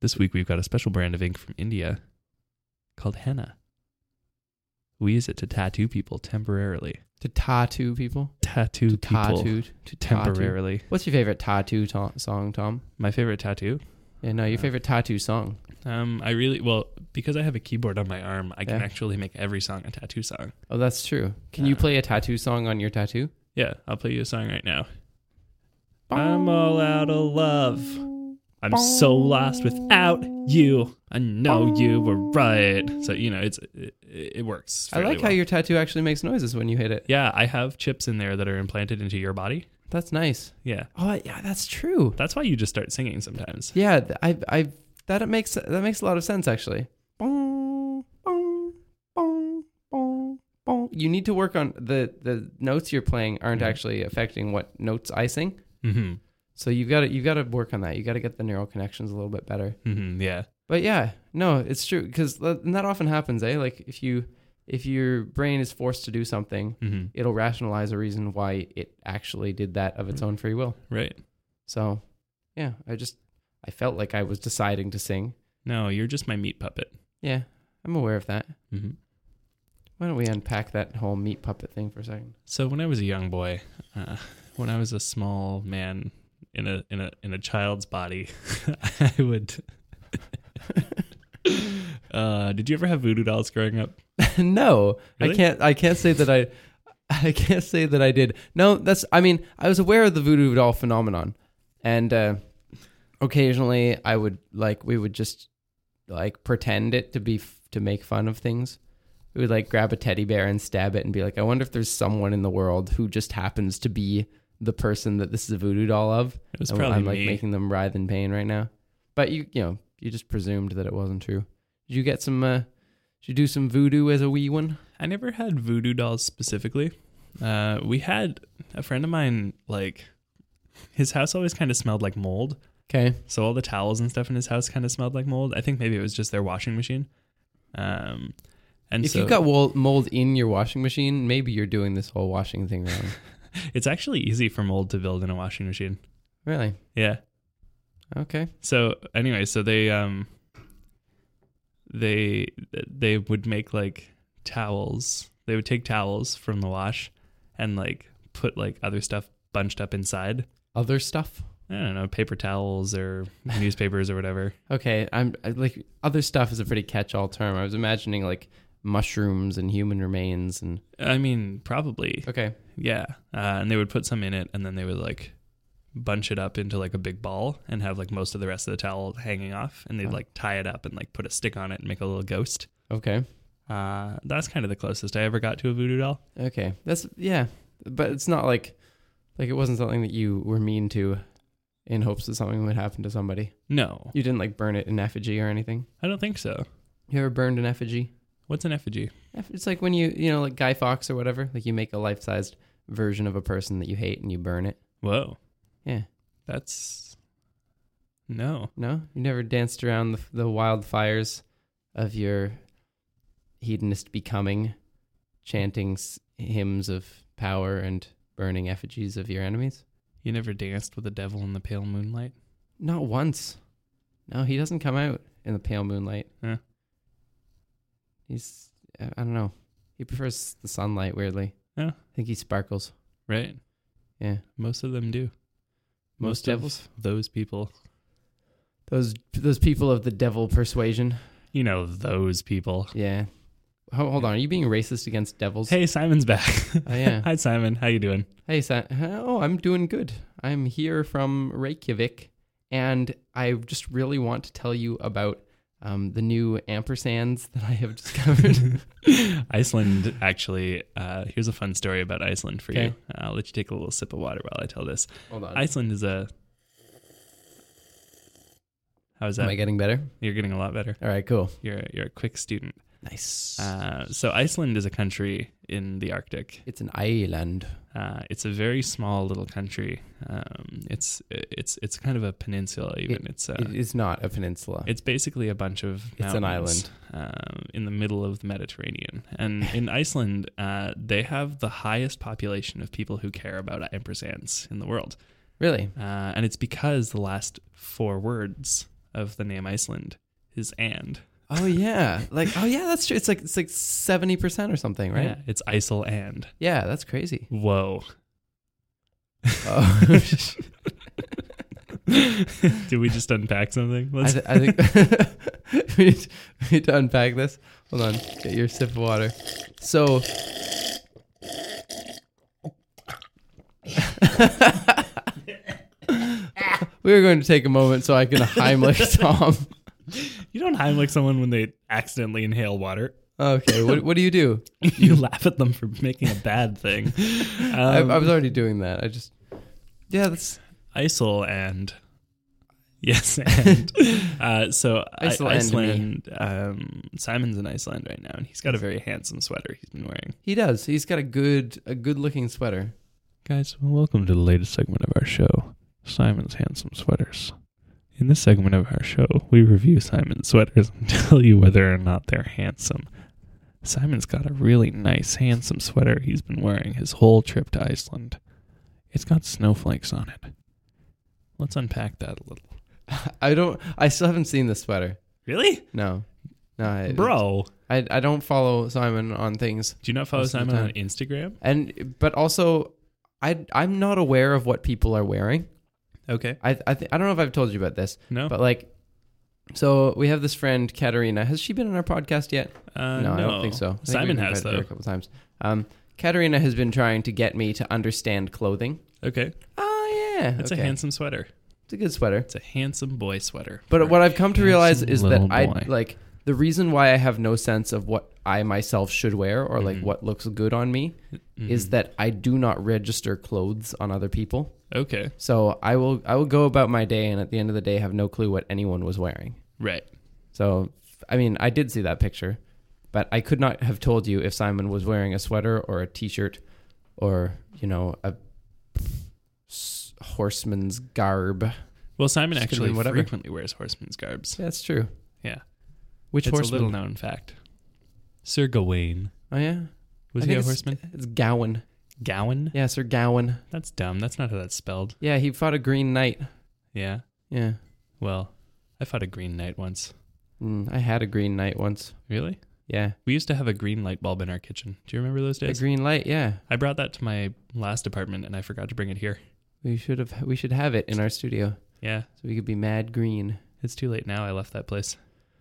Speaker 5: This week we've got a special brand of ink from India called henna. We use it to tattoo people temporarily.
Speaker 4: To tattoo people.
Speaker 5: tattoo
Speaker 4: To
Speaker 5: people
Speaker 4: tattoo. To tattoo.
Speaker 5: temporarily.
Speaker 4: What's your favorite tattoo to- song, Tom?
Speaker 5: My favorite tattoo.
Speaker 4: Yeah, no, your
Speaker 5: Uh,
Speaker 4: favorite tattoo song.
Speaker 5: Um, I really well because I have a keyboard on my arm. I can
Speaker 4: Yeah.
Speaker 5: actually make every song a tattoo song.
Speaker 4: Oh, that's true. Can you
Speaker 5: Uh,
Speaker 4: play a tattoo song on your tattoo?
Speaker 5: Yeah, I'll play you a song right now. I'm all out of love. I'm so lost without you. I know you were right. So you know it's it, it works.
Speaker 4: I
Speaker 5: fairly
Speaker 4: like how
Speaker 5: well.
Speaker 4: your tattoo actually makes noises when you hit it.
Speaker 5: Yeah, I have chips in there that are implanted into your body.
Speaker 4: That's nice.
Speaker 5: Yeah,
Speaker 4: Oh, yeah, that's true.
Speaker 5: that's why you just start singing sometimes.
Speaker 4: Yeah, th- I, I, that it makes that makes a lot of sense actually. Bong, bong, bong, bong, bong. You need to work on the the notes you're playing aren't actually affecting what notes I sing.
Speaker 5: Mm-hmm.
Speaker 4: So you've got to you've got to work on that. You got to get the neural connections a little bit better.
Speaker 5: Mm-hmm. Yeah.
Speaker 4: But yeah, no, it's true because and that often happens, eh? Like if you if your brain is forced to do something,
Speaker 5: Mm-hmm.
Speaker 4: it'll rationalize a reason why it actually did that of its own free will.
Speaker 5: Right.
Speaker 4: So, yeah, I just I felt like I was deciding to sing.
Speaker 5: No, you're just my meat puppet.
Speaker 4: Yeah, I'm aware of that.
Speaker 5: Mm-hmm.
Speaker 4: Why don't we unpack that whole meat puppet thing for a second?
Speaker 5: So when I was a young boy, uh, when I was a small man in a in a in a child's body, I would. uh, did you ever have voodoo dolls growing up?
Speaker 4: no, I
Speaker 5: Really?
Speaker 4: can't. I can't say that I. I can't say that I did. No, that's. I mean, I was aware of the voodoo doll phenomenon, and uh, occasionally I would like we would just like pretend it to be f- to make fun of things. We would like grab a teddy bear and stab it and be like, I wonder if there's someone in the world who just happens to be the person that this is a voodoo doll of.
Speaker 5: It was
Speaker 4: And
Speaker 5: probably
Speaker 4: I'm like
Speaker 5: me.
Speaker 4: making them writhe in pain right now. But you, you know, you just presumed that it wasn't true. Did you get some? Uh, did you do some voodoo as a wee one?
Speaker 5: I never had voodoo dolls specifically. Uh, we had a friend of mine like his house always kind of smelled like mold.
Speaker 4: Okay.
Speaker 5: So all the towels and stuff in his house kind of smelled like mold. I think maybe it was just their washing machine. Um, and
Speaker 4: If
Speaker 5: so
Speaker 4: you've got wol- mold in your washing machine, maybe you're doing this whole washing thing wrong.
Speaker 5: it's actually easy for mold to build in a washing machine.
Speaker 4: really?
Speaker 5: Yeah.
Speaker 4: Okay.
Speaker 5: so anyway so they um they they would make like towels they would take towels from the wash and like put like other stuff bunched up inside
Speaker 4: Other stuff.
Speaker 5: i don't know paper towels or newspapers or whatever
Speaker 4: Okay. I'm I- like other stuff is a pretty catch-all term. I was imagining like mushrooms and human remains and
Speaker 5: i mean probably
Speaker 4: okay.
Speaker 5: yeah uh, and they would put some in it and then they would like bunch it up into like a big ball and have like most of the rest of the towel hanging off and they'd
Speaker 4: Huh.
Speaker 5: like tie it up and like put a stick on it and make a little ghost
Speaker 4: Okay.
Speaker 5: uh, that's kind of the closest i ever got to a voodoo doll
Speaker 4: Okay. That's yeah. But it's not like like it wasn't something that you were mean to in hopes that something would happen to somebody.
Speaker 5: no
Speaker 4: You didn't like burn it in effigy or anything.
Speaker 5: I don't think so.
Speaker 4: You ever burned an effigy?
Speaker 5: What's an effigy?
Speaker 4: Eff- It's like when you, you know, like Guy Fox or whatever, like you make a life sized version of a person that you hate and you burn it.
Speaker 5: Whoa.
Speaker 4: Yeah.
Speaker 5: That's no.
Speaker 4: No? You never danced around the, the wildfires of your hedonist becoming, chanting s- hymns of power and burning effigies of your enemies?
Speaker 5: You never danced with the devil in the pale moonlight?
Speaker 4: Not once. No, he doesn't come out in the pale moonlight.
Speaker 5: Huh.
Speaker 4: He's, I I don't know. He prefers the sunlight, weirdly.
Speaker 5: Huh.
Speaker 4: I think he sparkles.
Speaker 5: Right.
Speaker 4: Yeah.
Speaker 5: Most of them do.
Speaker 4: Most
Speaker 5: of
Speaker 4: devils?
Speaker 5: those people.
Speaker 4: Those those people of the devil persuasion.
Speaker 5: You know those people.
Speaker 4: Yeah. Ho- Hold on. Are you being racist against devils?
Speaker 5: Hey, Simon's back.
Speaker 4: Oh, yeah.
Speaker 5: Hi Simon. How you doing?
Speaker 4: hey, Sa- oh, I'm doing good. I'm here from Reykjavik, and I just really want to tell you about um, the new ampersands that I have discovered.
Speaker 5: Iceland actually uh here's a fun story about Iceland for you. Uh,
Speaker 4: Okay.
Speaker 5: I'll let you take a little sip of water while I tell this.
Speaker 4: Hold on.
Speaker 5: Iceland is a How's
Speaker 4: Am
Speaker 5: that?
Speaker 4: I getting better?
Speaker 5: You're getting a lot better.
Speaker 4: All right. Cool.
Speaker 5: You're you're a quick student.
Speaker 4: Nice.
Speaker 5: Uh, so Iceland is a country in the Arctic.
Speaker 4: it's an island.
Speaker 5: Uh, it's a very small little country. Um, it's it's it's kind of a peninsula. Even it's uh,
Speaker 4: it is not a peninsula.
Speaker 5: it's basically a bunch of
Speaker 4: It's an
Speaker 5: mountains, um, in the middle of the Mediterranean. And in Iceland, uh, they have the highest population of people who care about ampersands in the world.
Speaker 4: really?
Speaker 5: Uh, and it's because the last four words of the name Iceland is and.
Speaker 4: Oh yeah, like oh yeah, that's true. It's like it's like seventy percent or something, right?
Speaker 5: Yeah, it's ISIL and.
Speaker 4: Yeah, that's crazy.
Speaker 5: Whoa.
Speaker 4: Oh,
Speaker 5: Did we just unpack something?
Speaker 4: I,
Speaker 5: Let's,
Speaker 4: th- I think we, need, we need to unpack this. Hold on, get your sip of water. So, we were going to take a moment so I can Heimlich Tom.
Speaker 5: you don't Heimlich someone when they accidentally inhale water.
Speaker 4: Okay, what, what do you do?
Speaker 5: you laugh at them for making a bad thing.
Speaker 4: I,
Speaker 5: Um,
Speaker 4: I was already doing that. I just yeah, that's
Speaker 5: ISIL and yes, and uh, so I-
Speaker 4: ISIL and
Speaker 5: Iceland. Um, Simon's in Iceland right now, and he's got a very handsome sweater he's been wearing.
Speaker 4: he does. He's got a good a good looking sweater.
Speaker 3: Guys, well, welcome to the latest segment of our show, Simon's Handsome Sweaters. In this segment of our show, we review Simon's sweaters and tell you whether or not they're handsome. Simon's got a really nice, handsome sweater he's been wearing his whole trip to Iceland. It's got snowflakes on it.
Speaker 5: Let's unpack that a little.
Speaker 4: I don't. I still haven't seen this sweater.
Speaker 5: Really,
Speaker 4: No, no, I,
Speaker 5: bro?
Speaker 4: I I don't follow Simon on things.
Speaker 5: Do you not follow
Speaker 4: Most of the
Speaker 5: Simon on
Speaker 4: time.
Speaker 5: Instagram?
Speaker 4: and but also I I'm not aware of what people are wearing.
Speaker 5: Okay,
Speaker 4: I I, th- I don't know if I've told you about this,
Speaker 5: no,
Speaker 4: but like, so we have this friend Katerina. Has she been on our podcast yet?
Speaker 5: uh,
Speaker 4: no, I don't think so. I think
Speaker 5: Simon
Speaker 4: we've
Speaker 5: has
Speaker 4: invited her
Speaker 5: though.
Speaker 4: a couple times. Um, Katerina has been trying to get me to understand clothing.
Speaker 5: Okay,
Speaker 4: Oh yeah,
Speaker 5: that's
Speaker 4: okay.
Speaker 5: a handsome sweater.
Speaker 4: It's a good sweater.
Speaker 5: It's a handsome boy sweater.
Speaker 4: But what I've come to realize is that
Speaker 3: little
Speaker 4: I
Speaker 3: boy.
Speaker 4: like the reason why I have no sense of what I myself should wear or
Speaker 5: Mm-hmm.
Speaker 4: like what looks good on me is that I do not register clothes on other people.
Speaker 5: okay,
Speaker 4: So I will I will go about my day and at the end of the day have no clue what anyone was wearing.
Speaker 5: right.
Speaker 4: So I mean, I did see that picture, but I could not have told you if Simon was wearing a sweater or a t-shirt or, you know, a s- horseman's garb.
Speaker 5: Well, Simon
Speaker 4: Just gonna be
Speaker 5: actually
Speaker 4: whatever.
Speaker 5: frequently wears horseman's garbs.
Speaker 4: That's true.
Speaker 5: Yeah,
Speaker 4: Which
Speaker 5: it's
Speaker 4: horseman?
Speaker 5: a little known fact. Sir Gawain
Speaker 4: Oh yeah.
Speaker 5: was
Speaker 4: I
Speaker 5: he
Speaker 4: think
Speaker 5: a
Speaker 4: it's-
Speaker 5: horseman?
Speaker 4: It's Gowan.
Speaker 5: Gowan?
Speaker 4: Yeah, Sir Gowan.
Speaker 5: That's dumb. That's not how that's spelled.
Speaker 4: Yeah, he fought a green knight.
Speaker 5: Yeah.
Speaker 4: Yeah.
Speaker 5: Well, I fought a green knight once.
Speaker 4: Mm, I had a green knight once.
Speaker 5: Really?
Speaker 4: Yeah.
Speaker 5: We used to have a green light bulb in our kitchen. Do you remember those
Speaker 4: A
Speaker 5: days?
Speaker 4: green light, yeah.
Speaker 5: I brought that to my last apartment and I forgot to bring it here.
Speaker 4: We should have we should have it in our studio
Speaker 5: Yeah.
Speaker 4: so we could be mad green.
Speaker 5: It's too late now. I left that place.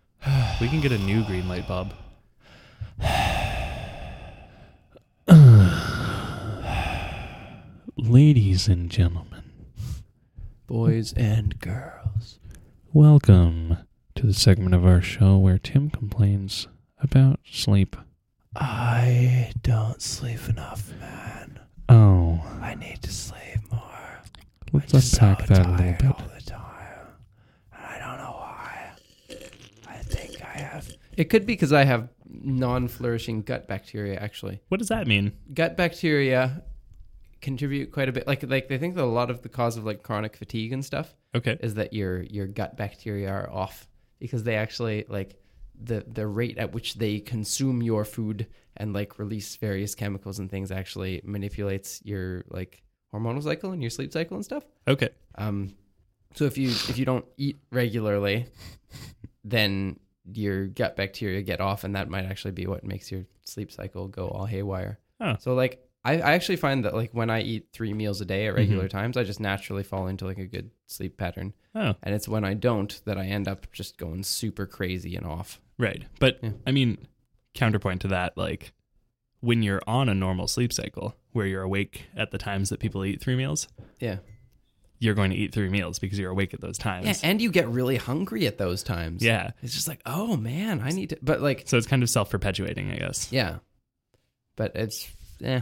Speaker 5: we can get a new green light bulb.
Speaker 3: Ladies and gentlemen,
Speaker 4: Boys and girls.
Speaker 3: welcome to the segment of our show where Tim complains about sleep.
Speaker 4: I don't sleep enough, man.
Speaker 3: Oh,
Speaker 4: I need to sleep more.
Speaker 3: let's unpack that a little bit.
Speaker 4: the time. And I don't know why. I think I have It could be because I have non-flourishing gut bacteria actually.
Speaker 5: What does that mean?
Speaker 4: gut bacteria contribute quite a bit like like they think that a lot of the cause of like chronic fatigue and stuff
Speaker 5: Okay.
Speaker 4: is that your your gut bacteria are off because they actually like the the rate at which they consume your food and like release various chemicals and things actually manipulates your like hormonal cycle and your sleep cycle and stuff
Speaker 5: Okay.
Speaker 4: um so if you if you don't eat regularly then your gut bacteria get off and that might actually be what makes your sleep cycle go all haywire
Speaker 5: Huh.
Speaker 4: so like I, I actually find that like when i eat three meals a day
Speaker 5: Mm-hmm.
Speaker 4: at regular times i just naturally fall into like a good sleep pattern
Speaker 5: Oh,
Speaker 4: and it's when i don't that i end up just going super crazy and off
Speaker 5: right. But
Speaker 4: Yeah.
Speaker 5: I mean, counterpoint to that, like when you're on a normal sleep cycle where you're awake at the times that people eat three meals,
Speaker 4: yeah
Speaker 5: you're going to eat three meals because you're awake at those times.
Speaker 4: yeah and you get really hungry at those times
Speaker 5: Yeah.
Speaker 4: it's just like oh man i need to but like
Speaker 5: So it's kind of self perpetuating, I guess.
Speaker 4: yeah but it's eh. yeah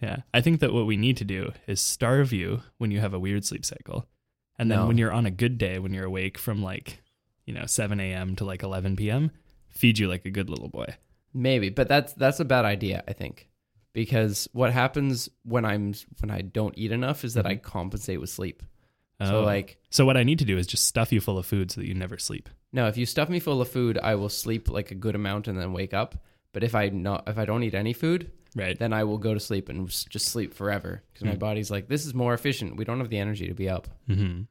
Speaker 5: Yeah. I think that what we need to do is starve you when you have a weird sleep cycle. And then
Speaker 4: No.
Speaker 5: when you're on a good day, when you're awake from like, you know, 7 a.m. to like 11 p.m., feed you like a good little boy.
Speaker 4: Maybe, but that's that's a bad idea, I think. Because what happens when I'm when I don't eat enough is that I compensate with sleep. So
Speaker 5: Mm-hmm. Oh.
Speaker 4: like
Speaker 5: So what I need to do is just stuff you full of food so that you never sleep.
Speaker 4: no, if you stuff me full of food, I will sleep like a good amount and then wake up. But if I not if I don't eat any food,
Speaker 5: Right.
Speaker 4: then I will go to sleep and s- just sleep forever because
Speaker 5: Hmm.
Speaker 4: my body's like this is more efficient. We don't have the energy to be up.
Speaker 5: mm-hmm.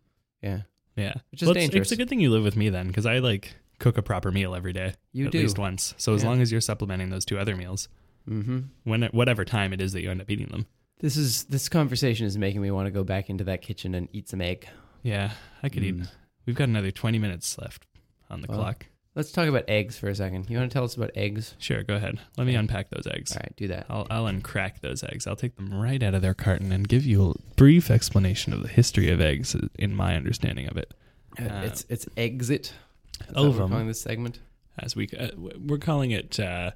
Speaker 4: Yeah.
Speaker 5: Yeah.
Speaker 4: Which is
Speaker 5: it's- It's
Speaker 4: dangerous.
Speaker 5: a good thing you live with me then because I like cook a proper meal every day.
Speaker 4: You
Speaker 5: at
Speaker 4: do.
Speaker 5: least once. So as
Speaker 4: Yeah.
Speaker 5: long as you're supplementing those two other meals,
Speaker 4: Mm-hmm.
Speaker 5: when at whatever time it is that you end up eating them.
Speaker 4: This is this conversation is making me want to go back into that kitchen and eat some egg.
Speaker 5: Yeah, I could eat.
Speaker 2: Mm.
Speaker 5: We've got another 20 minutes left on the
Speaker 4: Wow.
Speaker 5: clock.
Speaker 4: Let's talk about eggs for a second. You want to tell us about eggs?
Speaker 5: Sure, go ahead. Let me unpack those eggs.
Speaker 4: All right, do that.
Speaker 5: I'll, I'll uncrack those eggs. I'll take them right out of their carton and give you a brief explanation of the history of eggs uh, in my understanding of it.
Speaker 4: Uh,
Speaker 5: Uh,
Speaker 4: it's it's exit. Is that what we're
Speaker 5: Ovum.
Speaker 4: calling this segment.
Speaker 5: As we uh, we're calling it, uh,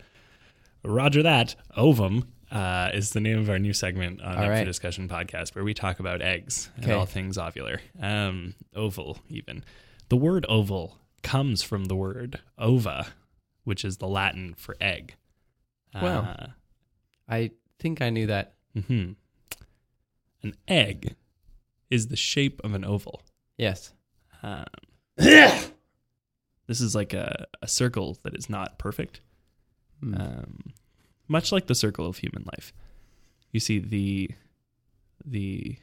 Speaker 5: Roger that ovum uh, is the name of our new segment on
Speaker 4: All
Speaker 5: Up
Speaker 4: right.
Speaker 5: for Discussion podcast, where we talk about eggs and
Speaker 4: Okay.
Speaker 5: all things ovular, um, oval even. The word oval comes from the word ova, which is the Latin for egg.
Speaker 4: Wow.
Speaker 5: Uh,
Speaker 4: I think I knew that.
Speaker 5: Mm-hmm. An egg is the shape of an oval.
Speaker 4: Yes.
Speaker 5: Um, this is like a, a circle that is not perfect,
Speaker 4: Hmm.
Speaker 5: um, much like the circle of human life. You see, the the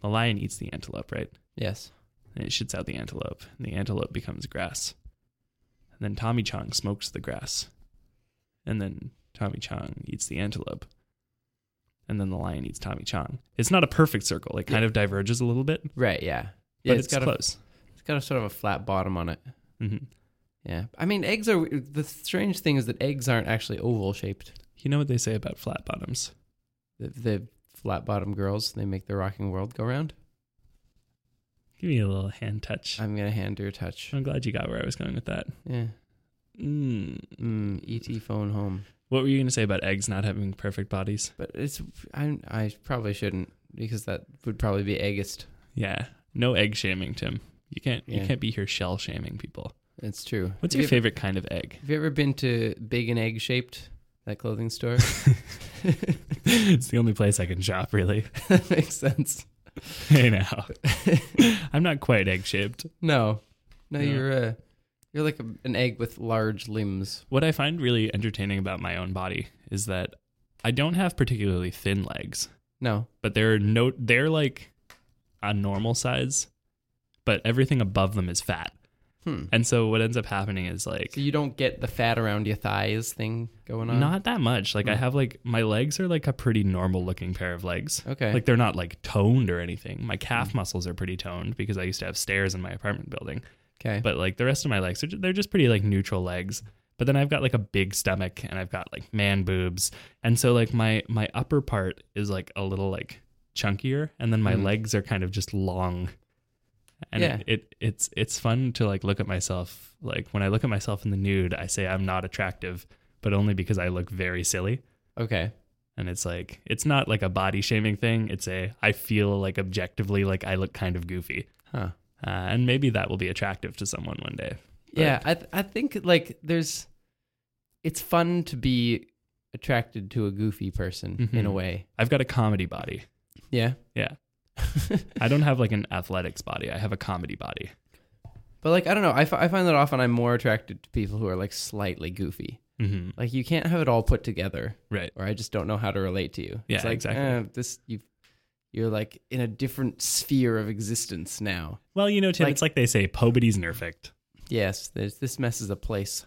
Speaker 5: the lion eats the antelope, right?
Speaker 4: yes.
Speaker 5: And it shits out the antelope, and the antelope becomes grass. And then Tommy Chong smokes the grass, and then Tommy Chong eats the antelope, and then the lion eats Tommy Chong. It's not a perfect circle; it kind of diverges a little bit, but
Speaker 4: Right. Yeah. Yeah.
Speaker 5: it's,
Speaker 4: got
Speaker 5: close.
Speaker 4: a it's got a sort of a flat bottom on it.
Speaker 5: hmm
Speaker 4: Yeah. I mean, eggs are the strange thing is that eggs aren't actually oval shaped.
Speaker 5: You know what they say about flat bottoms?
Speaker 4: The, the flat bottom girls they make the rocking world go round.
Speaker 5: Give me a little hand touch.
Speaker 4: I'm gonna hand her a touch.
Speaker 5: I'm glad you got where I was going with that.
Speaker 4: Yeah.
Speaker 5: Mm.
Speaker 4: Mm, Et phone home.
Speaker 5: What were you going to say about eggs not having perfect bodies?
Speaker 4: But it's I I probably shouldn't because that would probably be eggist.
Speaker 5: Yeah, no egg shaming, Tim. You can't.
Speaker 4: Yeah.
Speaker 5: You can't be here shell shaming people.
Speaker 4: It's true.
Speaker 5: What's
Speaker 4: Have
Speaker 5: your
Speaker 4: you-
Speaker 5: favorite kind of egg?
Speaker 4: Have you ever been to Big and Egg Shaped, that clothing store?
Speaker 5: it's the only place I can shop, really.
Speaker 4: that makes sense.
Speaker 5: Hey, now I'm not quite egg shaped.
Speaker 4: No, no,
Speaker 5: No.
Speaker 4: you're uh, you're like a, an egg with large limbs.
Speaker 5: What I find really entertaining about my own body is that I don't have particularly thin legs,
Speaker 4: No,
Speaker 5: but they're no, they're like a normal size, but everything above them is fat.
Speaker 4: hmm.
Speaker 5: And so what ends up happening is like
Speaker 4: So you don't get the fat around your thighs thing going on. Mm.
Speaker 5: not that much. Like I have like my legs are like a pretty normal looking pair of legs.
Speaker 4: okay. Mm.
Speaker 5: Like they're not like toned or anything. My calf muscles are pretty toned because I used to have stairs in my apartment building.
Speaker 4: okay.
Speaker 5: But like the rest of my legs, are ju- they're just pretty like neutral legs. But then I've got like a big stomach and I've got like man boobs, and so like my my upper part is like a little like chunkier, and then my
Speaker 4: Mhm.
Speaker 5: legs are kind of just long. And
Speaker 4: Yeah.
Speaker 5: it, it it's it's fun to like look at myself. Like when I look at myself in the nude, I say I'm not attractive, but only because I look very silly.
Speaker 4: okay.
Speaker 5: And it's like it's not like a body shaming thing. It's a I feel like objectively like I look kind of goofy,
Speaker 4: Huh.
Speaker 5: uh, and maybe that will be attractive to someone one day.
Speaker 4: Yeah, I th- I think like there's, it's fun to be attracted to a goofy person in a
Speaker 5: Mhm.
Speaker 4: way.
Speaker 5: I've got a comedy body.
Speaker 4: Yeah.
Speaker 5: Yeah. I don't have like an athletics body. I have a comedy body.
Speaker 4: But like I don't know, I, f- I find that often I'm more attracted to people who are like slightly goofy.
Speaker 5: Mm-hmm.
Speaker 4: Like you can't have it all put together,
Speaker 5: Right.
Speaker 4: or I just don't know how to relate to you.
Speaker 5: Yeah,
Speaker 4: it's like,
Speaker 5: exactly.
Speaker 4: eh, this you, you're like in a different sphere of existence now.
Speaker 5: Well, you know, Tim,
Speaker 4: Like-
Speaker 5: it's like they say, "Poverty's nerfect."
Speaker 4: Yes, there's, this mess is a place.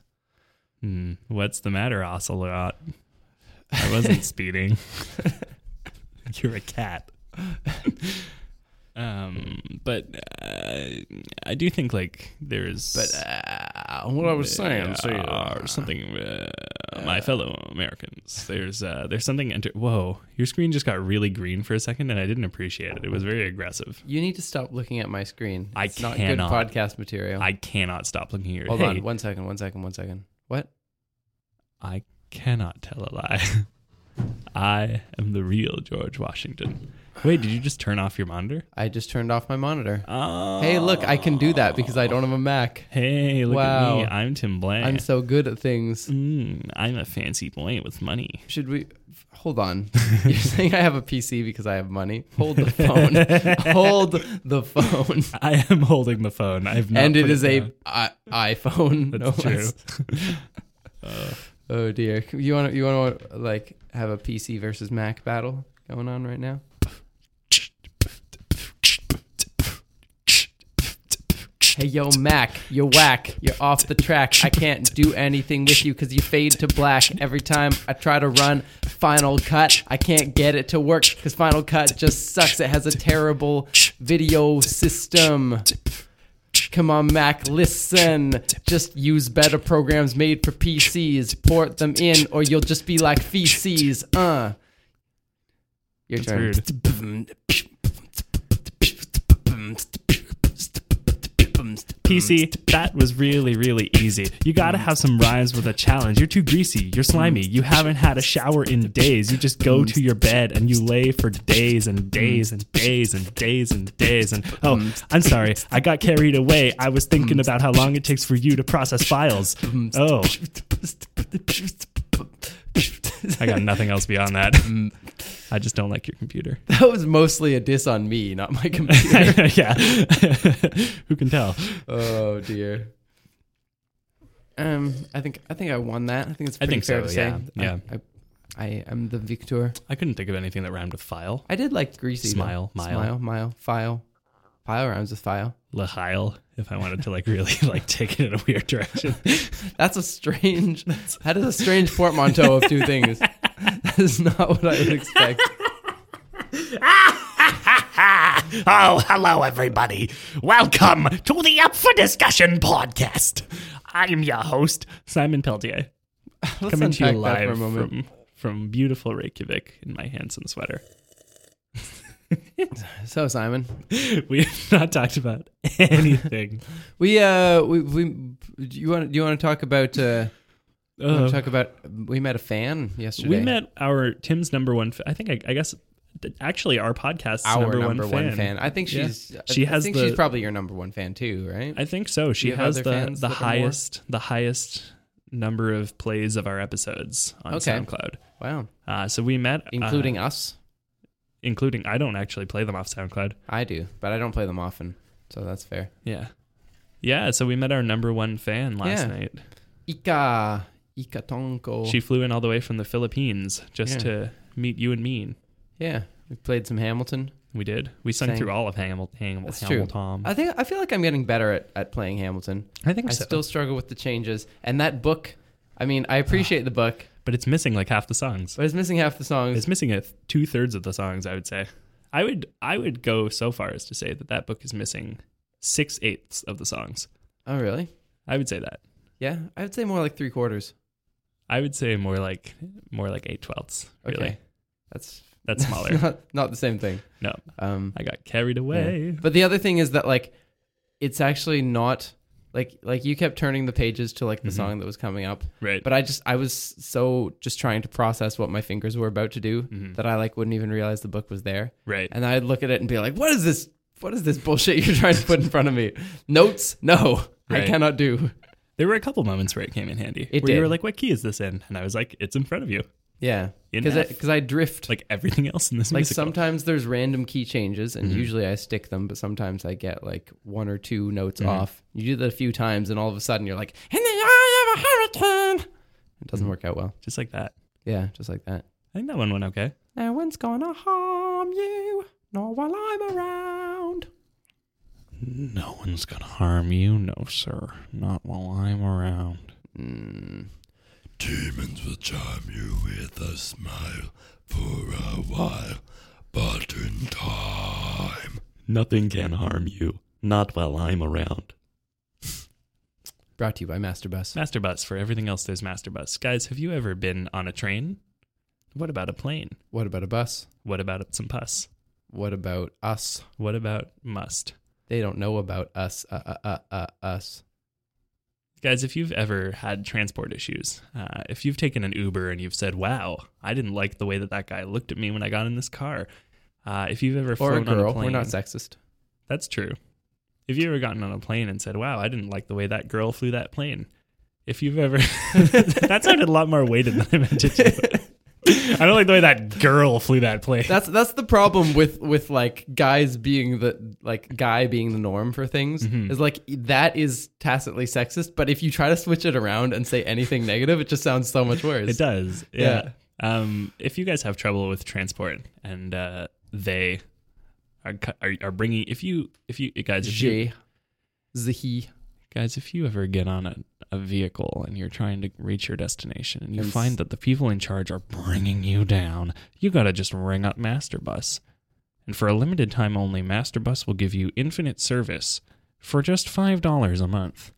Speaker 5: Hmm. what's the matter, Ocelot? I wasn't speeding. You're a cat. um, but uh, I do think like there's,
Speaker 4: But uh, what I was saying, so
Speaker 5: or something. Uh, my fellow Americans, there's uh, there's something. Enter- Whoa, your screen just got really green for a second, and I didn't appreciate it. It was very aggressive.
Speaker 4: you need to stop looking at my screen.
Speaker 5: I
Speaker 4: It's not
Speaker 5: cannot.
Speaker 4: good podcast material.
Speaker 5: I cannot stop looking at your.
Speaker 4: Hold
Speaker 5: hey,
Speaker 4: on, one second, one second, one second. What?
Speaker 5: I cannot tell a lie. I am the real George Washington. Wait, did you just turn off your monitor?
Speaker 4: I just turned off my monitor.
Speaker 5: Oh,
Speaker 4: Hey, look, I can do that because I don't have a Mac.
Speaker 5: Hey, look
Speaker 4: Wow.
Speaker 5: at me. I'm Tim Bland.
Speaker 4: I'm
Speaker 5: I'm,
Speaker 4: so good at things.
Speaker 5: mm, I'm a fancy boy with money.
Speaker 4: Should we hold on? You're saying I have a PC because I have money. Hold the phone. hold the phone.
Speaker 5: I am holding the phone. I've not
Speaker 4: and it
Speaker 5: put
Speaker 4: is a
Speaker 5: down.
Speaker 4: I- iPhone.
Speaker 5: That's
Speaker 4: no
Speaker 5: true.
Speaker 4: less. Oh dear. You want to you want to like have a PC versus Mac battle going on right now? Hey, yo, Mac, you're whack. You're off the track. I can't do anything with you because you fade to black every time I try to run Final Cut. I can't get it to work because Final Cut just sucks. It has a terrible video system. Come on, Mac, listen. Just use better programs made for PCs. Port them in, or you'll just be like feces. Uh. Your
Speaker 5: That's
Speaker 4: turn.
Speaker 5: weird.
Speaker 2: PC,
Speaker 5: Mm.
Speaker 2: that was really, really easy. You gotta have some rhymes with a challenge. You're too greasy. You're slimy. You haven't had a shower in days. You just go to your bed and you lay for days and days and days and days and days. And oh, I'm sorry. I got carried away. I was thinking about how long it takes for you to process files.
Speaker 5: Uh,
Speaker 2: Oh,
Speaker 5: I got nothing else beyond that. I just don't like your computer.
Speaker 4: That was mostly a diss on me, not my computer.
Speaker 2: yeah. Who can tell?
Speaker 4: oh dear. Um, I think I think I won that. I think it's
Speaker 5: I
Speaker 4: pretty
Speaker 5: think
Speaker 4: fair
Speaker 5: so,
Speaker 4: to
Speaker 5: yeah,
Speaker 4: say.
Speaker 5: yeah.
Speaker 4: I, I, I am the victor.
Speaker 5: I couldn't think of anything that rhymed with file.
Speaker 4: I did like greasy. though.
Speaker 5: Smile, mile.
Speaker 4: smile, mile, file, file rhymes with file.
Speaker 5: Lahile, if I wanted to like really like take it in a weird direction.
Speaker 4: That's a strange. that is a strange portmanteau of two things. That is not what I would expect.
Speaker 2: Oh, hello, everybody. Welcome to the Up for Discussion podcast. I'm your host, Simon Peltier,
Speaker 4: Let's
Speaker 5: Coming to you
Speaker 4: unpack that
Speaker 5: live
Speaker 4: for a moment.
Speaker 5: from from beautiful Reykjavik in my handsome sweater.
Speaker 4: So Simon,
Speaker 5: We have not talked about anything.
Speaker 4: we uh, we we do you want do you want to talk about uh, you wanna
Speaker 5: Uh,
Speaker 4: talk about we met a fan yesterday.
Speaker 5: we met our Tim's number one. Fa- I think I, I guess th- actually our podcast's
Speaker 4: our
Speaker 5: number, one, fan.
Speaker 4: I think
Speaker 5: Yeah.
Speaker 4: she's.
Speaker 5: She
Speaker 4: I,
Speaker 5: has
Speaker 4: I think
Speaker 5: the-
Speaker 4: she's probably your number one fan too, right?
Speaker 5: I think so. She
Speaker 4: you have
Speaker 5: has
Speaker 4: other
Speaker 5: the
Speaker 4: fans
Speaker 5: the
Speaker 4: that are more?
Speaker 5: highest the highest number of plays of our episodes on
Speaker 4: Okay.
Speaker 5: SoundCloud.
Speaker 4: wow,
Speaker 5: Uh, so we met uh,
Speaker 4: including us,
Speaker 5: including I don't actually play them off SoundCloud.
Speaker 4: I do, but I don't play them often, so that's fair.
Speaker 5: Yeah. Yeah, so we met our number one fan last
Speaker 4: Yeah.
Speaker 5: night.
Speaker 4: Ika Ika Tonko.
Speaker 5: She flew in all the way from the Philippines just
Speaker 4: Yeah.
Speaker 5: to meet you and me.
Speaker 4: yeah, we played some Hamilton.
Speaker 5: We did. We sung
Speaker 4: Sang.
Speaker 5: through all of Hamil- Hamil-
Speaker 4: That's true.
Speaker 5: Hamil Tom.
Speaker 4: I think I feel like I'm getting better at, at playing Hamilton.
Speaker 5: I think
Speaker 4: I
Speaker 5: so.
Speaker 4: still struggle with the changes, and that book. I mean, I appreciate the book,
Speaker 5: but it's missing like half the songs.
Speaker 4: but it's missing half the songs.
Speaker 5: It's missing a two thirds of the songs. I would say. I would. I would go so far as to say that that book is missing six eighths of the songs.
Speaker 4: oh, really?
Speaker 5: I would say that.
Speaker 4: Yeah, I would say more like three quarters.
Speaker 5: I would say more like more like eight twelfths.
Speaker 4: Okay,
Speaker 5: Really,
Speaker 4: that's
Speaker 5: that's smaller.
Speaker 4: not, not the same thing.
Speaker 5: No.
Speaker 4: Um,
Speaker 5: I got carried away.
Speaker 4: But the other thing is that like it's actually not like like you kept turning the pages to like the
Speaker 5: Mm-hmm.
Speaker 4: song that was coming up.
Speaker 5: Right.
Speaker 4: But I just I was so just trying to process what my fingers were about to do
Speaker 5: Mm-hmm.
Speaker 4: that I like wouldn't even realize the book was there.
Speaker 5: Right.
Speaker 4: And I'd look at it and be like, "What is this? What is this bullshit you're trying to put in front of me? Notes? No,
Speaker 5: Right.
Speaker 4: I cannot do."
Speaker 5: There were a couple moments where it came in handy.
Speaker 4: It
Speaker 5: where you were
Speaker 4: did.
Speaker 5: like, "What key is this in?" And I was like, "It's in front of you."
Speaker 4: Yeah,
Speaker 5: In
Speaker 4: because
Speaker 5: F.
Speaker 4: because I, drift. Like,
Speaker 5: Like everything else in this musical. Mm-hmm.
Speaker 4: sometimes there's random key changes, and usually I stick them, but sometimes I get like one or two notes
Speaker 5: Mm-hmm.
Speaker 4: off. You do that a few times, and all of a sudden you're like, "In the eye of a hurricane." It
Speaker 5: Mm-hmm.
Speaker 4: doesn't work out well.
Speaker 5: just like that.
Speaker 4: Yeah, just like that.
Speaker 5: I think that one went okay.
Speaker 4: No one's gonna harm you, nor while I'm around.
Speaker 3: No one's gonna harm you, no sir. Not while I'm around.
Speaker 6: Demons will charm you with a smile for a while, but in time.
Speaker 3: Nothing can harm you. Not while I'm around.
Speaker 4: Brought to you by Masterbus.
Speaker 5: Master bus for everything else. There's master bus. Guys, have you ever been on a train? What about a plane?
Speaker 4: What about a bus?
Speaker 5: What about some pus?
Speaker 4: What about us?
Speaker 5: What about must?
Speaker 4: They don't know about us. Uh, uh, uh, uh, us.
Speaker 5: Guys, if you've ever had transport issues, uh, if you've taken an Uber and you've said, "Wow, I didn't like the way that that guy looked at me when I got in this car," uh, if you've ever
Speaker 4: Or a
Speaker 5: flown on a
Speaker 4: girl.
Speaker 5: plane,
Speaker 4: We're not sexist.
Speaker 5: That's true. If you ever gotten on a plane and said, "Wow, I didn't like the way that girl flew that plane," if you've ever that sounded a lot more weighted than I meant it to. I don't like the way that girl flew that plane.
Speaker 4: That's that's the problem with with like guys being the like guy being the norm for things
Speaker 5: Mm-hmm.
Speaker 4: is like that is tacitly sexist. But if you try to switch it around and say anything negative, it just sounds so much worse.
Speaker 5: It does. Yeah. Um, if you guys have trouble with transport and uh, they are, cu- are are bringing if you if you guys if you,
Speaker 4: Gee. Zahi.
Speaker 5: Guys, if you ever get on a, a vehicle and you're trying to reach your destination and you
Speaker 4: And s-
Speaker 5: find that the people in charge are bringing you down, you got to just ring up Masterbus. And for a limited time only, Masterbus will give you infinite service for just $5 a month.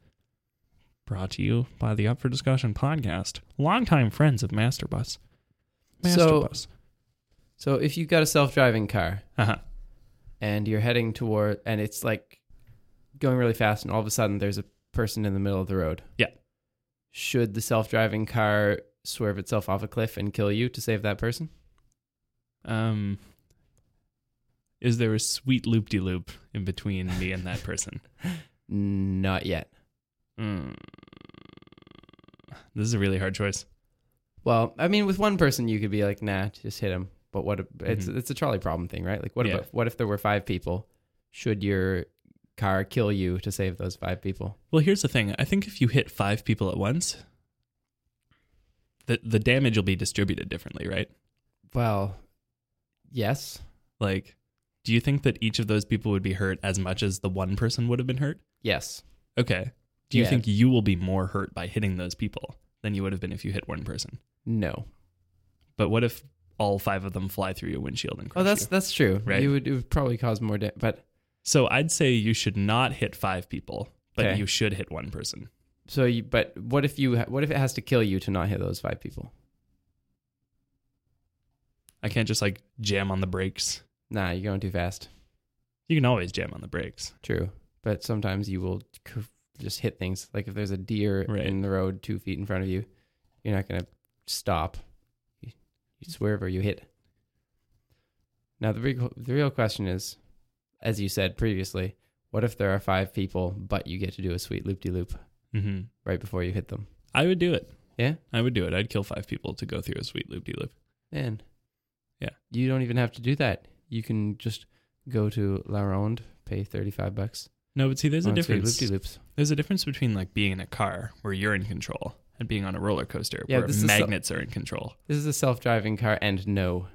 Speaker 5: Brought to you by the Up for Discussion podcast, longtime friends of Masterbus.
Speaker 4: So-
Speaker 5: Masterbus.
Speaker 4: So if you've got a self-driving car
Speaker 5: uh-huh.
Speaker 4: and you're heading toward, and it's like going really fast, and all of a sudden there's a person in the middle of the road.
Speaker 5: Yeah.
Speaker 4: Should the self-driving car swerve itself off a cliff and kill you to save that person?
Speaker 5: Um, is there a sweet loop de loop in between me and that person?
Speaker 4: Not yet. Hmm.
Speaker 5: Mm. This is a really hard choice.
Speaker 4: Well, I mean, with one person you could be like, nah, just hit him. But what? If, It's
Speaker 5: Mhm.
Speaker 4: it's a trolley problem thing, right? Like, what
Speaker 5: Yeah.
Speaker 4: about what if there were five people? Should your car kill you to save those five people?
Speaker 5: Well, here's the thing. I think if you hit five people at once, the the damage will be distributed differently, right?
Speaker 4: Well, yes,
Speaker 5: Like, do you think that each of those people would be hurt as much as the one person would have been hurt?
Speaker 4: yes.
Speaker 5: Okay. Do you
Speaker 4: Yeah.
Speaker 5: think you will be more hurt by hitting those people than you would have been if you hit one person?
Speaker 4: No.
Speaker 5: But what if all five of them fly through your windshield and crush
Speaker 4: Oh, that's
Speaker 5: you?
Speaker 4: that's true.
Speaker 5: Right.
Speaker 4: You would it would probably cause more damage. But
Speaker 5: So I'd say you should not hit five people, but
Speaker 4: Okay.
Speaker 5: you should hit one person.
Speaker 4: so you. But what if you? ha- What if it has to kill you to not hit those five people?
Speaker 5: I can't just like jam on the brakes.
Speaker 4: Nah, you're going too fast.
Speaker 5: You can always jam on the brakes.
Speaker 4: True. But sometimes you will c- just hit things. Like if there's a deer
Speaker 5: Right.
Speaker 4: in the road two feet in front of you, you're not going to stop. You, you swerve or you hit. Now, the, big, the real question is, as you said previously, what if there are five people, but you get to do a sweet loop de loop
Speaker 5: Mm-hmm.
Speaker 4: right before you hit them?
Speaker 5: I would do it.
Speaker 4: Yeah?
Speaker 5: I would do it. I'd kill five people to go through a sweet loop de loop.
Speaker 4: Man.
Speaker 5: Yeah.
Speaker 4: You don't even have to do that. You can just go to La Ronde, pay 35 bucks.
Speaker 5: No, but see, there's a difference.
Speaker 4: Loop de loops.
Speaker 5: There's a difference between like being in a car where you're in control and being on a roller coaster
Speaker 4: Yeah,
Speaker 5: where
Speaker 4: this is so-
Speaker 5: magnets are in control.
Speaker 4: This is a self driving car, and no,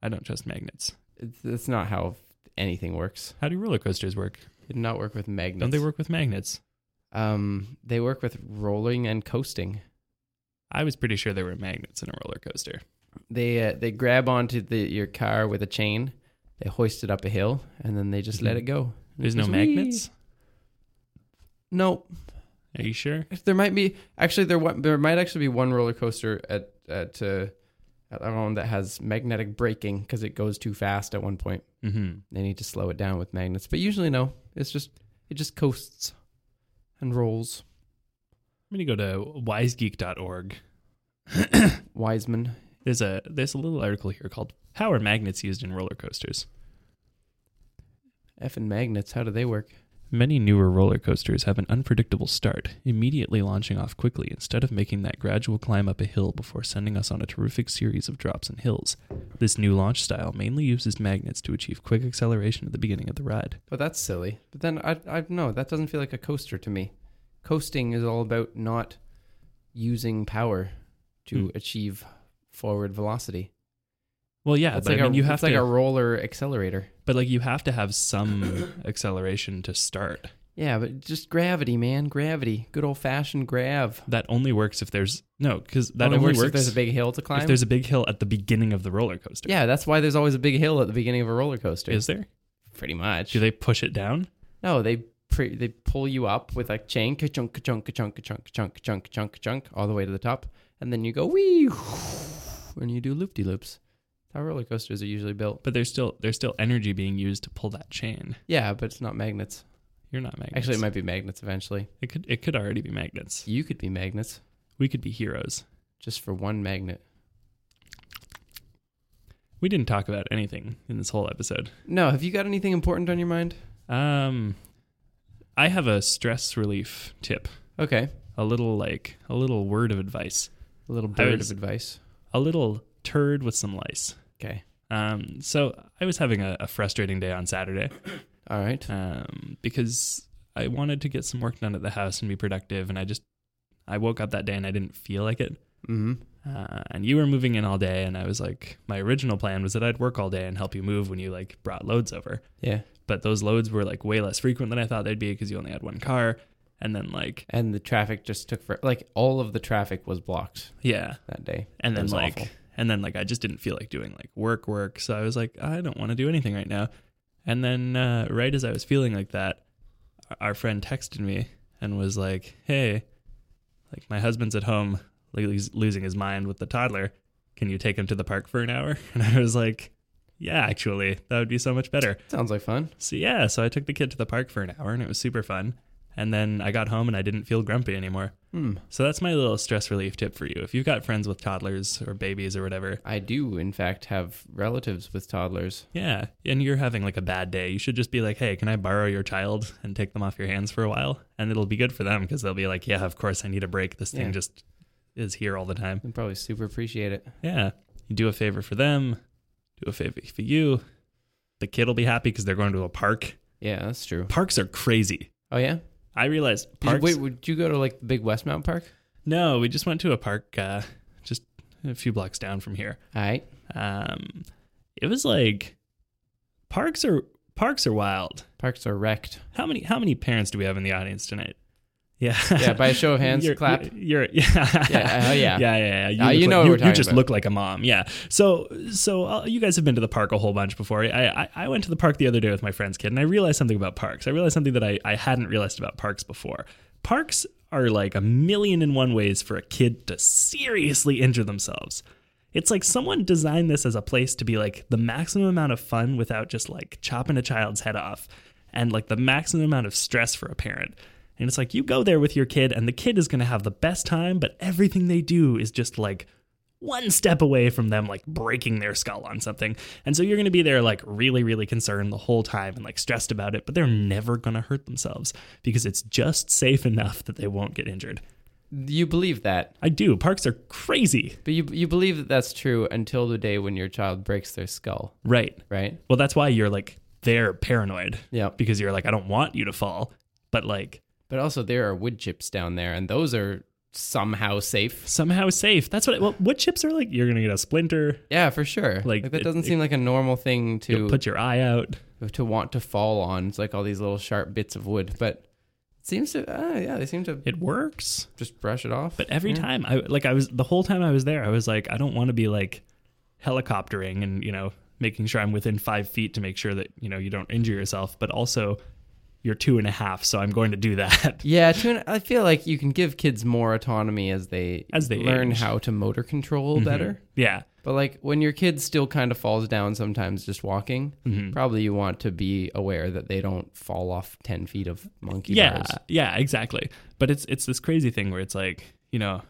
Speaker 5: I don't trust magnets.
Speaker 4: It's, that's not how anything works.
Speaker 5: How do roller coasters work?
Speaker 4: It did not work with magnets.
Speaker 5: Don't they work with magnets?
Speaker 4: Um, they work with rolling and coasting.
Speaker 5: I was pretty sure there were magnets in a roller coaster.
Speaker 4: They uh, they grab onto the your car with a chain. They hoist it up a hill, and then they just let
Speaker 5: Mhm.
Speaker 4: it go. And
Speaker 5: There's
Speaker 4: it
Speaker 5: no
Speaker 4: goes,
Speaker 5: magnets?
Speaker 4: "Wee." No,
Speaker 5: Are you sure?
Speaker 4: there might be actually there wa- there might actually be one roller coaster at at uh, at our own that has magnetic braking because it goes too fast at one point.
Speaker 5: Mm-hmm.
Speaker 4: They need to slow it down with magnets, but usually no. It's just it just coasts and rolls.
Speaker 5: I'm going to go to wisegeek.org.
Speaker 4: Wiseman.
Speaker 5: There's a there's a little article here called How are magnets used in roller coasters?
Speaker 4: F and magnets, how do they work?
Speaker 5: Many newer roller coasters have an unpredictable start, immediately launching off quickly instead of making that gradual climb up a hill before sending us on a terrific series of drops and hills. This new launch style mainly uses magnets to achieve quick acceleration at the beginning of the ride.
Speaker 4: Well, that's silly. But then I, I no, that doesn't feel like a coaster to me. Coasting is all about not using power to
Speaker 5: Hmm.
Speaker 4: achieve forward velocity.
Speaker 5: Well, yeah,
Speaker 4: That's
Speaker 5: but
Speaker 4: like
Speaker 5: I mean,
Speaker 4: a,
Speaker 5: you
Speaker 4: it's
Speaker 5: have
Speaker 4: like
Speaker 5: to,
Speaker 4: a roller accelerator.
Speaker 5: but like you have to have some acceleration to start.
Speaker 4: Yeah, but just gravity, man, gravity, good old fashioned grav.
Speaker 5: That only works if there's no, because that only, works,
Speaker 4: if there's a big hill to climb.
Speaker 5: if there's a big hill at the beginning of the roller coaster.
Speaker 4: yeah, that's why there's always a big hill at the beginning of a roller coaster.
Speaker 5: is there?
Speaker 4: pretty much.
Speaker 5: Do they push it down?
Speaker 4: No, they pre- they pull you up with a chain, ka chunk, ka chunk, ka chunk, ka chunk, ka chunk, ka chunk, ka chunk, ka chunk, all the way to the top, and then you go wee, and you do loop de loops. How roller coasters are usually built.
Speaker 5: But there's still there's still energy being used to pull that chain.
Speaker 4: Yeah, but it's not magnets.
Speaker 5: You're not magnets.
Speaker 4: Actually, it might be magnets eventually.
Speaker 5: It could it could already be magnets.
Speaker 4: You could be magnets
Speaker 5: We could be heroes.
Speaker 4: just for one magnet.
Speaker 5: We didn't talk about anything in this whole episode.
Speaker 4: No, have you got anything important on your mind?
Speaker 5: Um I have a stress relief tip.
Speaker 4: Okay,
Speaker 5: A little like a little word of advice.
Speaker 4: a little
Speaker 5: I
Speaker 4: bird
Speaker 5: was-
Speaker 4: of advice.
Speaker 5: A little turd with some lice.
Speaker 4: Okay,
Speaker 5: Um so I was having a, a frustrating day on Saturday.
Speaker 4: all right.
Speaker 5: Um because I wanted to get some work done at the house and be productive and I just I woke up that day and I didn't feel like it.
Speaker 4: Mm-hmm.
Speaker 5: uh, and you were moving in all day and i was like my original plan was that i'd work all day and help you move when you like brought loads over
Speaker 4: Yeah,
Speaker 5: but those loads were like way less frequent than I thought they'd be because you only had one car. And then like
Speaker 4: and the traffic just took for like all of the traffic was blocked
Speaker 5: yeah,
Speaker 4: that day.
Speaker 5: and
Speaker 4: It
Speaker 5: then
Speaker 4: was
Speaker 5: like
Speaker 4: awful.
Speaker 5: and then like I just didn't feel like doing like work work so I was like I don't want to do anything right now and then uh, right as I was feeling like that our- our friend texted me and was like hey like my husband's at home like he's losing his mind with the toddler can you take him to the park for an hour and I was like yeah actually that would be so much better
Speaker 4: sounds like fun.
Speaker 5: so yeah so I took the kid to the park for an hour and it was super fun and then I got home and I didn't feel grumpy anymore
Speaker 4: Hmm.
Speaker 5: so that's my little stress relief tip for you. If you've got friends with toddlers or babies or whatever,
Speaker 4: I do in fact have relatives with toddlers.
Speaker 5: yeah, and you're having like a bad day, you should just be like, hey, can I borrow your child and take them off your hands for a while? And it'll be good for them because they'll be like, yeah, of course, I need a break. This thing
Speaker 4: Yeah.
Speaker 5: just is here all the time.
Speaker 4: They probably super appreciate it.
Speaker 5: Yeah. You do a favor for them, do a favor for you. The kid will be happy because they're going to a park.
Speaker 4: Yeah, that's true.
Speaker 5: Parks are crazy.
Speaker 4: Oh yeah.
Speaker 5: I realized
Speaker 4: Did you,
Speaker 5: parks.
Speaker 4: wait, would you go to like the big Westmount Park?
Speaker 5: no, we just went to a park uh, just a few blocks down from here.
Speaker 4: All right.
Speaker 5: um it was like parks are parks are wild
Speaker 4: Parks are wrecked.
Speaker 5: how many how many parents do we have in the audience tonight yeah
Speaker 4: Yeah, by a show of hands,
Speaker 5: You're-
Speaker 4: clap.
Speaker 5: you're yeah
Speaker 4: Yeah, oh, yeah.
Speaker 5: yeah yeah, yeah.
Speaker 4: Uh,
Speaker 5: look
Speaker 4: you
Speaker 5: like-
Speaker 4: know what
Speaker 5: you,
Speaker 4: we're
Speaker 5: you
Speaker 4: talking
Speaker 5: just
Speaker 4: about.
Speaker 5: look like a mom yeah so so uh, you guys have been to the park a whole bunch before I, I i went to the park the other day with my friend's kid and i realized something about parks i realized something that i i hadn't realized about parks before parks are like a million and one ways for a kid to seriously injure themselves it's like someone designed this as a place to be like the maximum amount of fun without just like chopping a child's head off and like the maximum amount of stress for a parent. And it's like you go there with your kid and the kid is going to have the best time, but everything they do is just like one step away from them like breaking their skull on something. And so you're going to be there like really really concerned the whole time and like stressed about it, but they're never going to hurt themselves because it's just safe enough that they won't get injured.
Speaker 4: You believe that,
Speaker 5: I do. Parks are crazy.
Speaker 4: but you you believe that that's true until the day when your child breaks their skull,
Speaker 5: Right.
Speaker 4: right?
Speaker 5: Well, that's why you're like they're paranoid
Speaker 4: Yeah.
Speaker 5: because you're like I don't want you to fall, but like
Speaker 4: But also there are wood chips down there, and those are somehow safe.
Speaker 5: somehow safe. That's what. Well, wood chips are like you're gonna get a splinter.
Speaker 4: Yeah, for sure.
Speaker 5: Like,
Speaker 4: Like, that
Speaker 5: it-
Speaker 4: doesn't
Speaker 5: it-
Speaker 4: seem like a normal thing
Speaker 5: You'll
Speaker 4: to
Speaker 5: put your eye out.
Speaker 4: to want to fall on. It's like all these little sharp bits of wood, but it seems to uh, yeah, they seem to
Speaker 5: It works,
Speaker 4: just brush it off.
Speaker 5: but every
Speaker 4: Yeah.
Speaker 5: time I like I was the whole time I was there, I was like I don't want to be like helicoptering and you know making sure I'm within five feet to make sure that you know you don't injure yourself, but also you're two and a half, so I'm going to do that.
Speaker 4: yeah, to an, I feel like you can give kids more autonomy as they
Speaker 5: As they
Speaker 4: learn
Speaker 5: age. Mm-hmm.
Speaker 4: how to motor control better.
Speaker 5: yeah.
Speaker 4: But like when your kid still kind of falls down sometimes just walking,
Speaker 5: Mm-hmm.
Speaker 4: probably you want to be aware that they don't fall off ten feet of monkey
Speaker 5: yeah
Speaker 4: bars.
Speaker 5: yeah exactly but it's it's this crazy thing where it's like you know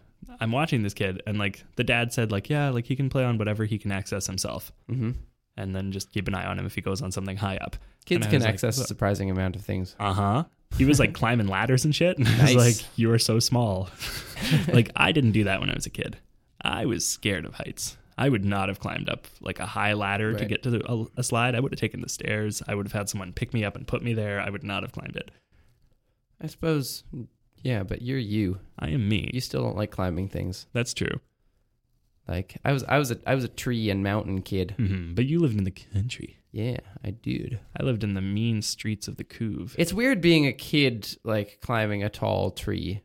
Speaker 5: i'm watching this kid and like the dad said like yeah like he can play on whatever he can access himself
Speaker 4: Mm-hmm.
Speaker 5: and then just keep an eye on him if he goes on something high up And
Speaker 4: Kids
Speaker 5: I
Speaker 4: can
Speaker 5: was like,
Speaker 4: access a
Speaker 5: "Look."
Speaker 4: surprising amount of things.
Speaker 5: uh-huh he was like climbing ladders and shit and i was
Speaker 4: Nice.
Speaker 5: like you are so small like i didn't do that when i was a kid i was scared of heights i would not have climbed up like a high ladder to
Speaker 4: Right.
Speaker 5: get to the, a, a slide i would have taken the stairs i would have had someone pick me up and put me there i would not have climbed it
Speaker 4: I suppose. Yeah, but you're you.
Speaker 5: i am
Speaker 4: You
Speaker 5: me
Speaker 4: still don't like climbing things.
Speaker 5: that's true
Speaker 4: Like I was, I was a, I was a tree and mountain kid.
Speaker 5: hmm but you lived in the country
Speaker 4: Yeah, I did.
Speaker 5: I lived in the mean streets of the Couve.
Speaker 4: It's weird being a kid like climbing a tall tree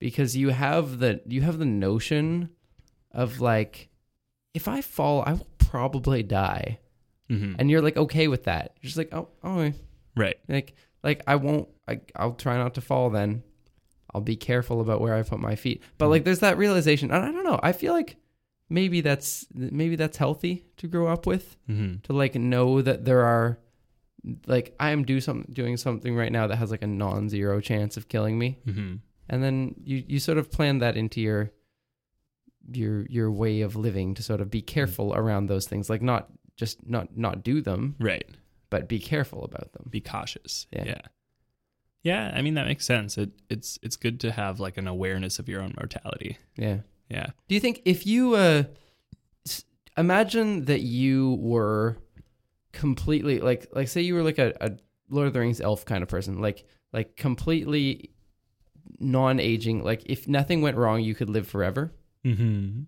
Speaker 4: because you have the you have the notion of like if I fall I will probably die
Speaker 5: Mhm.
Speaker 4: and you're like okay with that. You're just like oh oh
Speaker 5: Right.
Speaker 4: like like I won't I, I'll try not to fall then. I'll be careful about where I put my feet. But like there's that realization and I don't know. I feel like maybe that's maybe that's healthy to grow up with
Speaker 5: hmm
Speaker 4: to like know that there are like I am do some doing something right now that has like a non-zero chance of killing me,
Speaker 5: hmm
Speaker 4: and then you you sort of plan that into your your your way of living to sort of be careful around those things, like not just not not do them,
Speaker 5: Right.
Speaker 4: but be careful about them.
Speaker 5: Be cautious.
Speaker 4: Yeah.
Speaker 5: yeah. Yeah, I mean that makes sense. It it's it's good to have like an awareness of your own mortality.
Speaker 4: Yeah.
Speaker 5: Yeah.
Speaker 4: Do you think if you uh s- imagine that you were completely like like say you were like a, a Lord of the Rings elf kind of person, like like completely non-aging, like if nothing went wrong, you could live forever.
Speaker 5: Mm-hmm.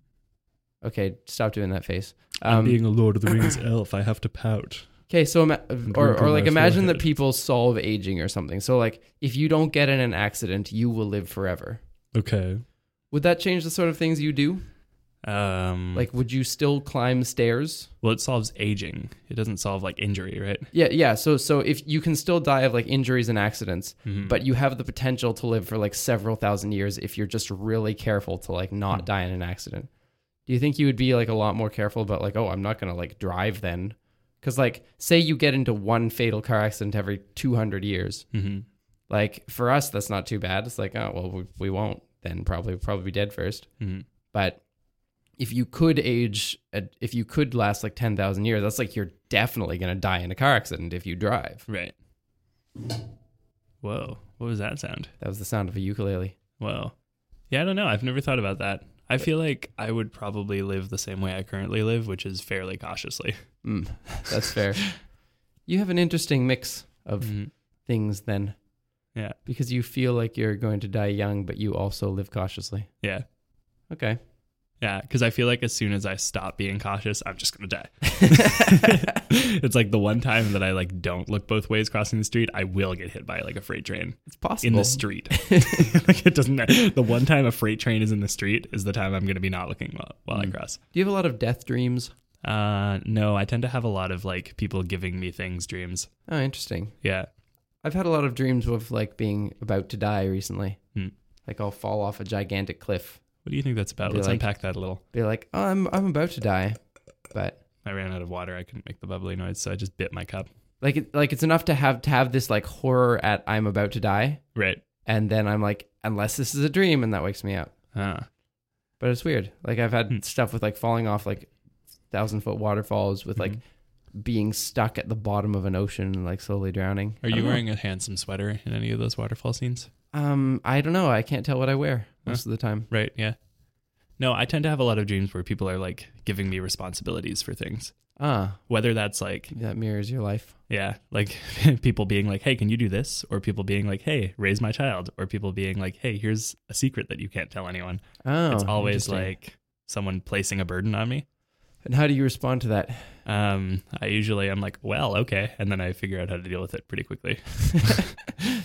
Speaker 4: Okay, stop doing that face.
Speaker 5: I'm
Speaker 4: Um,
Speaker 5: being a Lord of the Rings elf. I have to pout.
Speaker 4: Okay, so ima- or,
Speaker 3: drunk on
Speaker 4: or like
Speaker 3: my
Speaker 4: imagine
Speaker 3: forehead.
Speaker 4: that people solve aging or something. So like if you don't get in an accident, you will live forever.
Speaker 3: Okay.
Speaker 4: Would that change the sort of things you do?
Speaker 5: Um, like,
Speaker 4: Like would you still climb stairs?
Speaker 5: well, it solves aging. It doesn't solve like injury, right?
Speaker 4: Yeah, yeah. So so if you can still die of like injuries and accidents, but you have the potential to live for like several thousand years if you're just really careful to like not die in an accident. Do you think you would be like a lot more careful about like, oh, I'm not gonna like drive then? Because like, say you get into one fatal car accident every 200 years,
Speaker 5: Mm-hmm.
Speaker 4: like for us that's not too bad it's like oh well we, we won't then probably we'll probably be dead 1st
Speaker 5: Mhm.
Speaker 4: but if you could age at- if you could last like 10,000 years that's like you're definitely going to die in a car accident if you drive
Speaker 5: Right. Whoa. What was that sound?
Speaker 4: that was the sound of a ukulele
Speaker 5: Well, yeah, I don't know. I've never thought about that. I feel like I would probably live the same way I currently live, which is fairly cautiously.
Speaker 4: mm, that's fair you have an interesting mix of
Speaker 5: Mm-hmm.
Speaker 4: things then
Speaker 5: Yeah.
Speaker 4: because you feel like you're going to die young but you also live cautiously
Speaker 5: Yeah.
Speaker 4: okay
Speaker 5: Yeah, because I feel like as soon as I stop being cautious, I'm just gonna die. it's like the one time that I like don't look both ways crossing the street, I will get hit by like a freight train
Speaker 4: it's possible
Speaker 5: in the street. like it doesn't matter. The one time a freight train is in the street is the time I'm gonna be not looking while, while
Speaker 4: Mm.
Speaker 5: I cross.
Speaker 4: do you have a lot of death dreams
Speaker 5: Uh, no, I tend to have a lot of like people giving me things, dreams.
Speaker 4: oh interesting
Speaker 5: Yeah,
Speaker 4: I've had a lot of dreams of like being about to die recently.
Speaker 5: Hmm.
Speaker 4: Like I'll fall off a gigantic cliff.
Speaker 5: what do you think that's about?
Speaker 4: Be
Speaker 5: Let's
Speaker 4: like-
Speaker 5: unpack that a little.
Speaker 4: Be like, oh, I'm I'm about to die, but
Speaker 5: I ran out of water. I couldn't make the bubbly noise, so I just bit my cup.
Speaker 4: like it, like it's enough to have to have this like horror at I'm about to die,
Speaker 5: Right.
Speaker 4: and then I'm like, unless this is a dream, and that wakes me up.
Speaker 5: Ah.
Speaker 4: But it's weird. Like I've had
Speaker 5: Hmm.
Speaker 4: stuff with like falling off like thousand foot waterfalls with like
Speaker 5: Mm-hmm.
Speaker 4: being stuck at the bottom of an ocean and like slowly drowning. I
Speaker 5: Are you
Speaker 4: don't know.
Speaker 5: wearing a handsome sweater in any of those waterfall scenes?
Speaker 4: Um, I don't know. I can't tell what I wear most of the time.
Speaker 5: Right. Yeah. No, I tend to have a lot of dreams where people are like giving me responsibilities for things.
Speaker 4: Ah,
Speaker 5: Whether that's like,
Speaker 4: that mirrors your life.
Speaker 5: yeah, like people being like, hey, can you do this? Or people being like, hey, raise my child. Or people being like, hey, here's a secret that you can't tell anyone.
Speaker 4: Oh,
Speaker 5: it's always
Speaker 4: interesting.
Speaker 5: like someone placing a burden on me.
Speaker 4: And how do you respond to that?
Speaker 5: Um, I usually am like, well, okay. And then I figure out how to deal with it pretty quickly.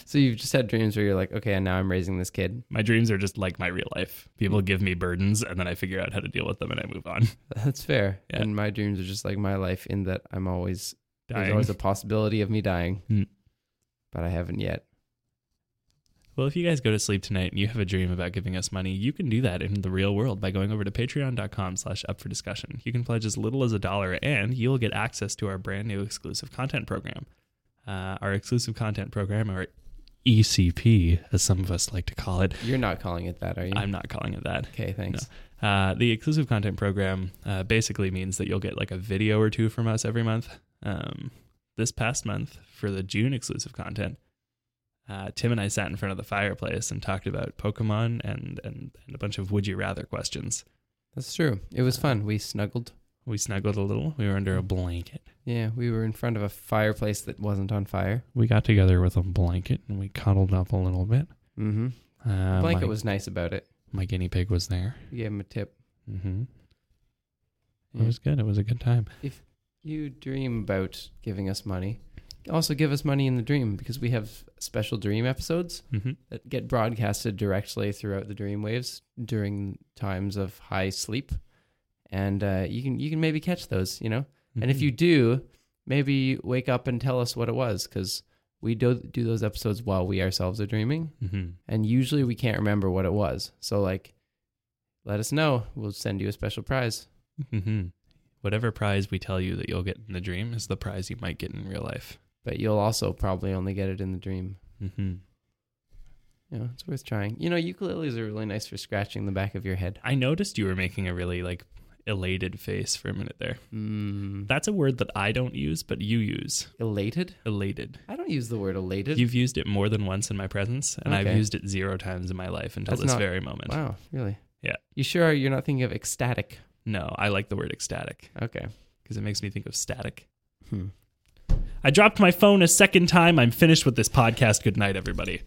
Speaker 4: So you've just had dreams where you're like, okay, and now I'm raising this kid.
Speaker 5: My dreams are just like my real life. People
Speaker 4: Hmm.
Speaker 5: give me burdens and then I figure out how to deal with them and I move on.
Speaker 4: That's fair.
Speaker 5: Yeah.
Speaker 4: And my dreams are just like my life in that I'm always there's
Speaker 5: Dying.
Speaker 4: always a possibility of me dying,
Speaker 5: Hmm.
Speaker 4: but I haven't yet.
Speaker 5: Well, if you guys go to sleep tonight and you have a dream about giving us money, you can do that in the real world by going over to patreon.com slash up for discussion. You can pledge as little as a dollar and you'll get access to our brand new exclusive content program. Uh, our exclusive content program, or ECP, as some of us like to call it.
Speaker 4: You're not calling it that, are you?
Speaker 5: I'm not calling it that.
Speaker 4: okay, thanks.
Speaker 5: Uh, the exclusive content program uh, basically means that you'll get like a video or two from us every month. Um, this past month, for the June exclusive content, uh, Tim and I sat in front of the fireplace and talked about Pokemon and, and, and a bunch of would you rather questions.
Speaker 4: That's true. It was fun. We snuggled.
Speaker 5: We snuggled a little. We were under a blanket.
Speaker 4: Yeah, we were in front of a fireplace that wasn't on fire.
Speaker 3: We got together with a blanket and we cuddled up a little bit.
Speaker 4: Mm-hmm.
Speaker 5: Oh
Speaker 3: Uh,
Speaker 4: Blanket
Speaker 3: my,
Speaker 4: was nice about it.
Speaker 3: my guinea pig was there.
Speaker 4: We gave him a tip.
Speaker 3: hmm
Speaker 4: Yeah.
Speaker 3: It was good. It was a good time.
Speaker 4: You dream about giving us money. Also, give us money in the dream because we have special dream episodes.
Speaker 5: Mm-hmm.
Speaker 4: that get broadcasted directly throughout the dream waves during times of high sleep, and uh, you can you can maybe catch those, you know.
Speaker 5: Mm-hmm.
Speaker 4: And if you do, maybe wake up and tell us what it was, because we do do those episodes while we ourselves are dreaming,
Speaker 5: hmm
Speaker 4: and usually we can't remember what it was. So like, let us know. We'll send you a special prize.
Speaker 5: hmm Whatever prize we tell you that you'll get in the dream is the prize you might get in real life.
Speaker 4: But you'll also probably only get it in the dream.
Speaker 5: hmm
Speaker 4: You know, it's worth trying. You know, ukuleles are really nice for scratching the back of your head.
Speaker 5: I noticed you were making a really like elated face for a minute there.
Speaker 4: Mm,
Speaker 5: That's a word that I don't use, but you use.
Speaker 4: elated?
Speaker 5: Elated.
Speaker 4: I don't use the word elated.
Speaker 5: You've used it more than once in my presence, and I've
Speaker 4: Okay.
Speaker 5: used it zero times in my life until
Speaker 4: That's
Speaker 5: this
Speaker 4: not-
Speaker 5: very moment.
Speaker 4: Wow, really?
Speaker 5: Yeah.
Speaker 4: You sure are, you're not thinking of ecstatic?
Speaker 5: No, I like the word ecstatic
Speaker 4: Okay.
Speaker 5: because it makes me think of static.
Speaker 4: Hmm.
Speaker 5: I dropped my phone a second time. I'm finished with this podcast. Good night, everybody.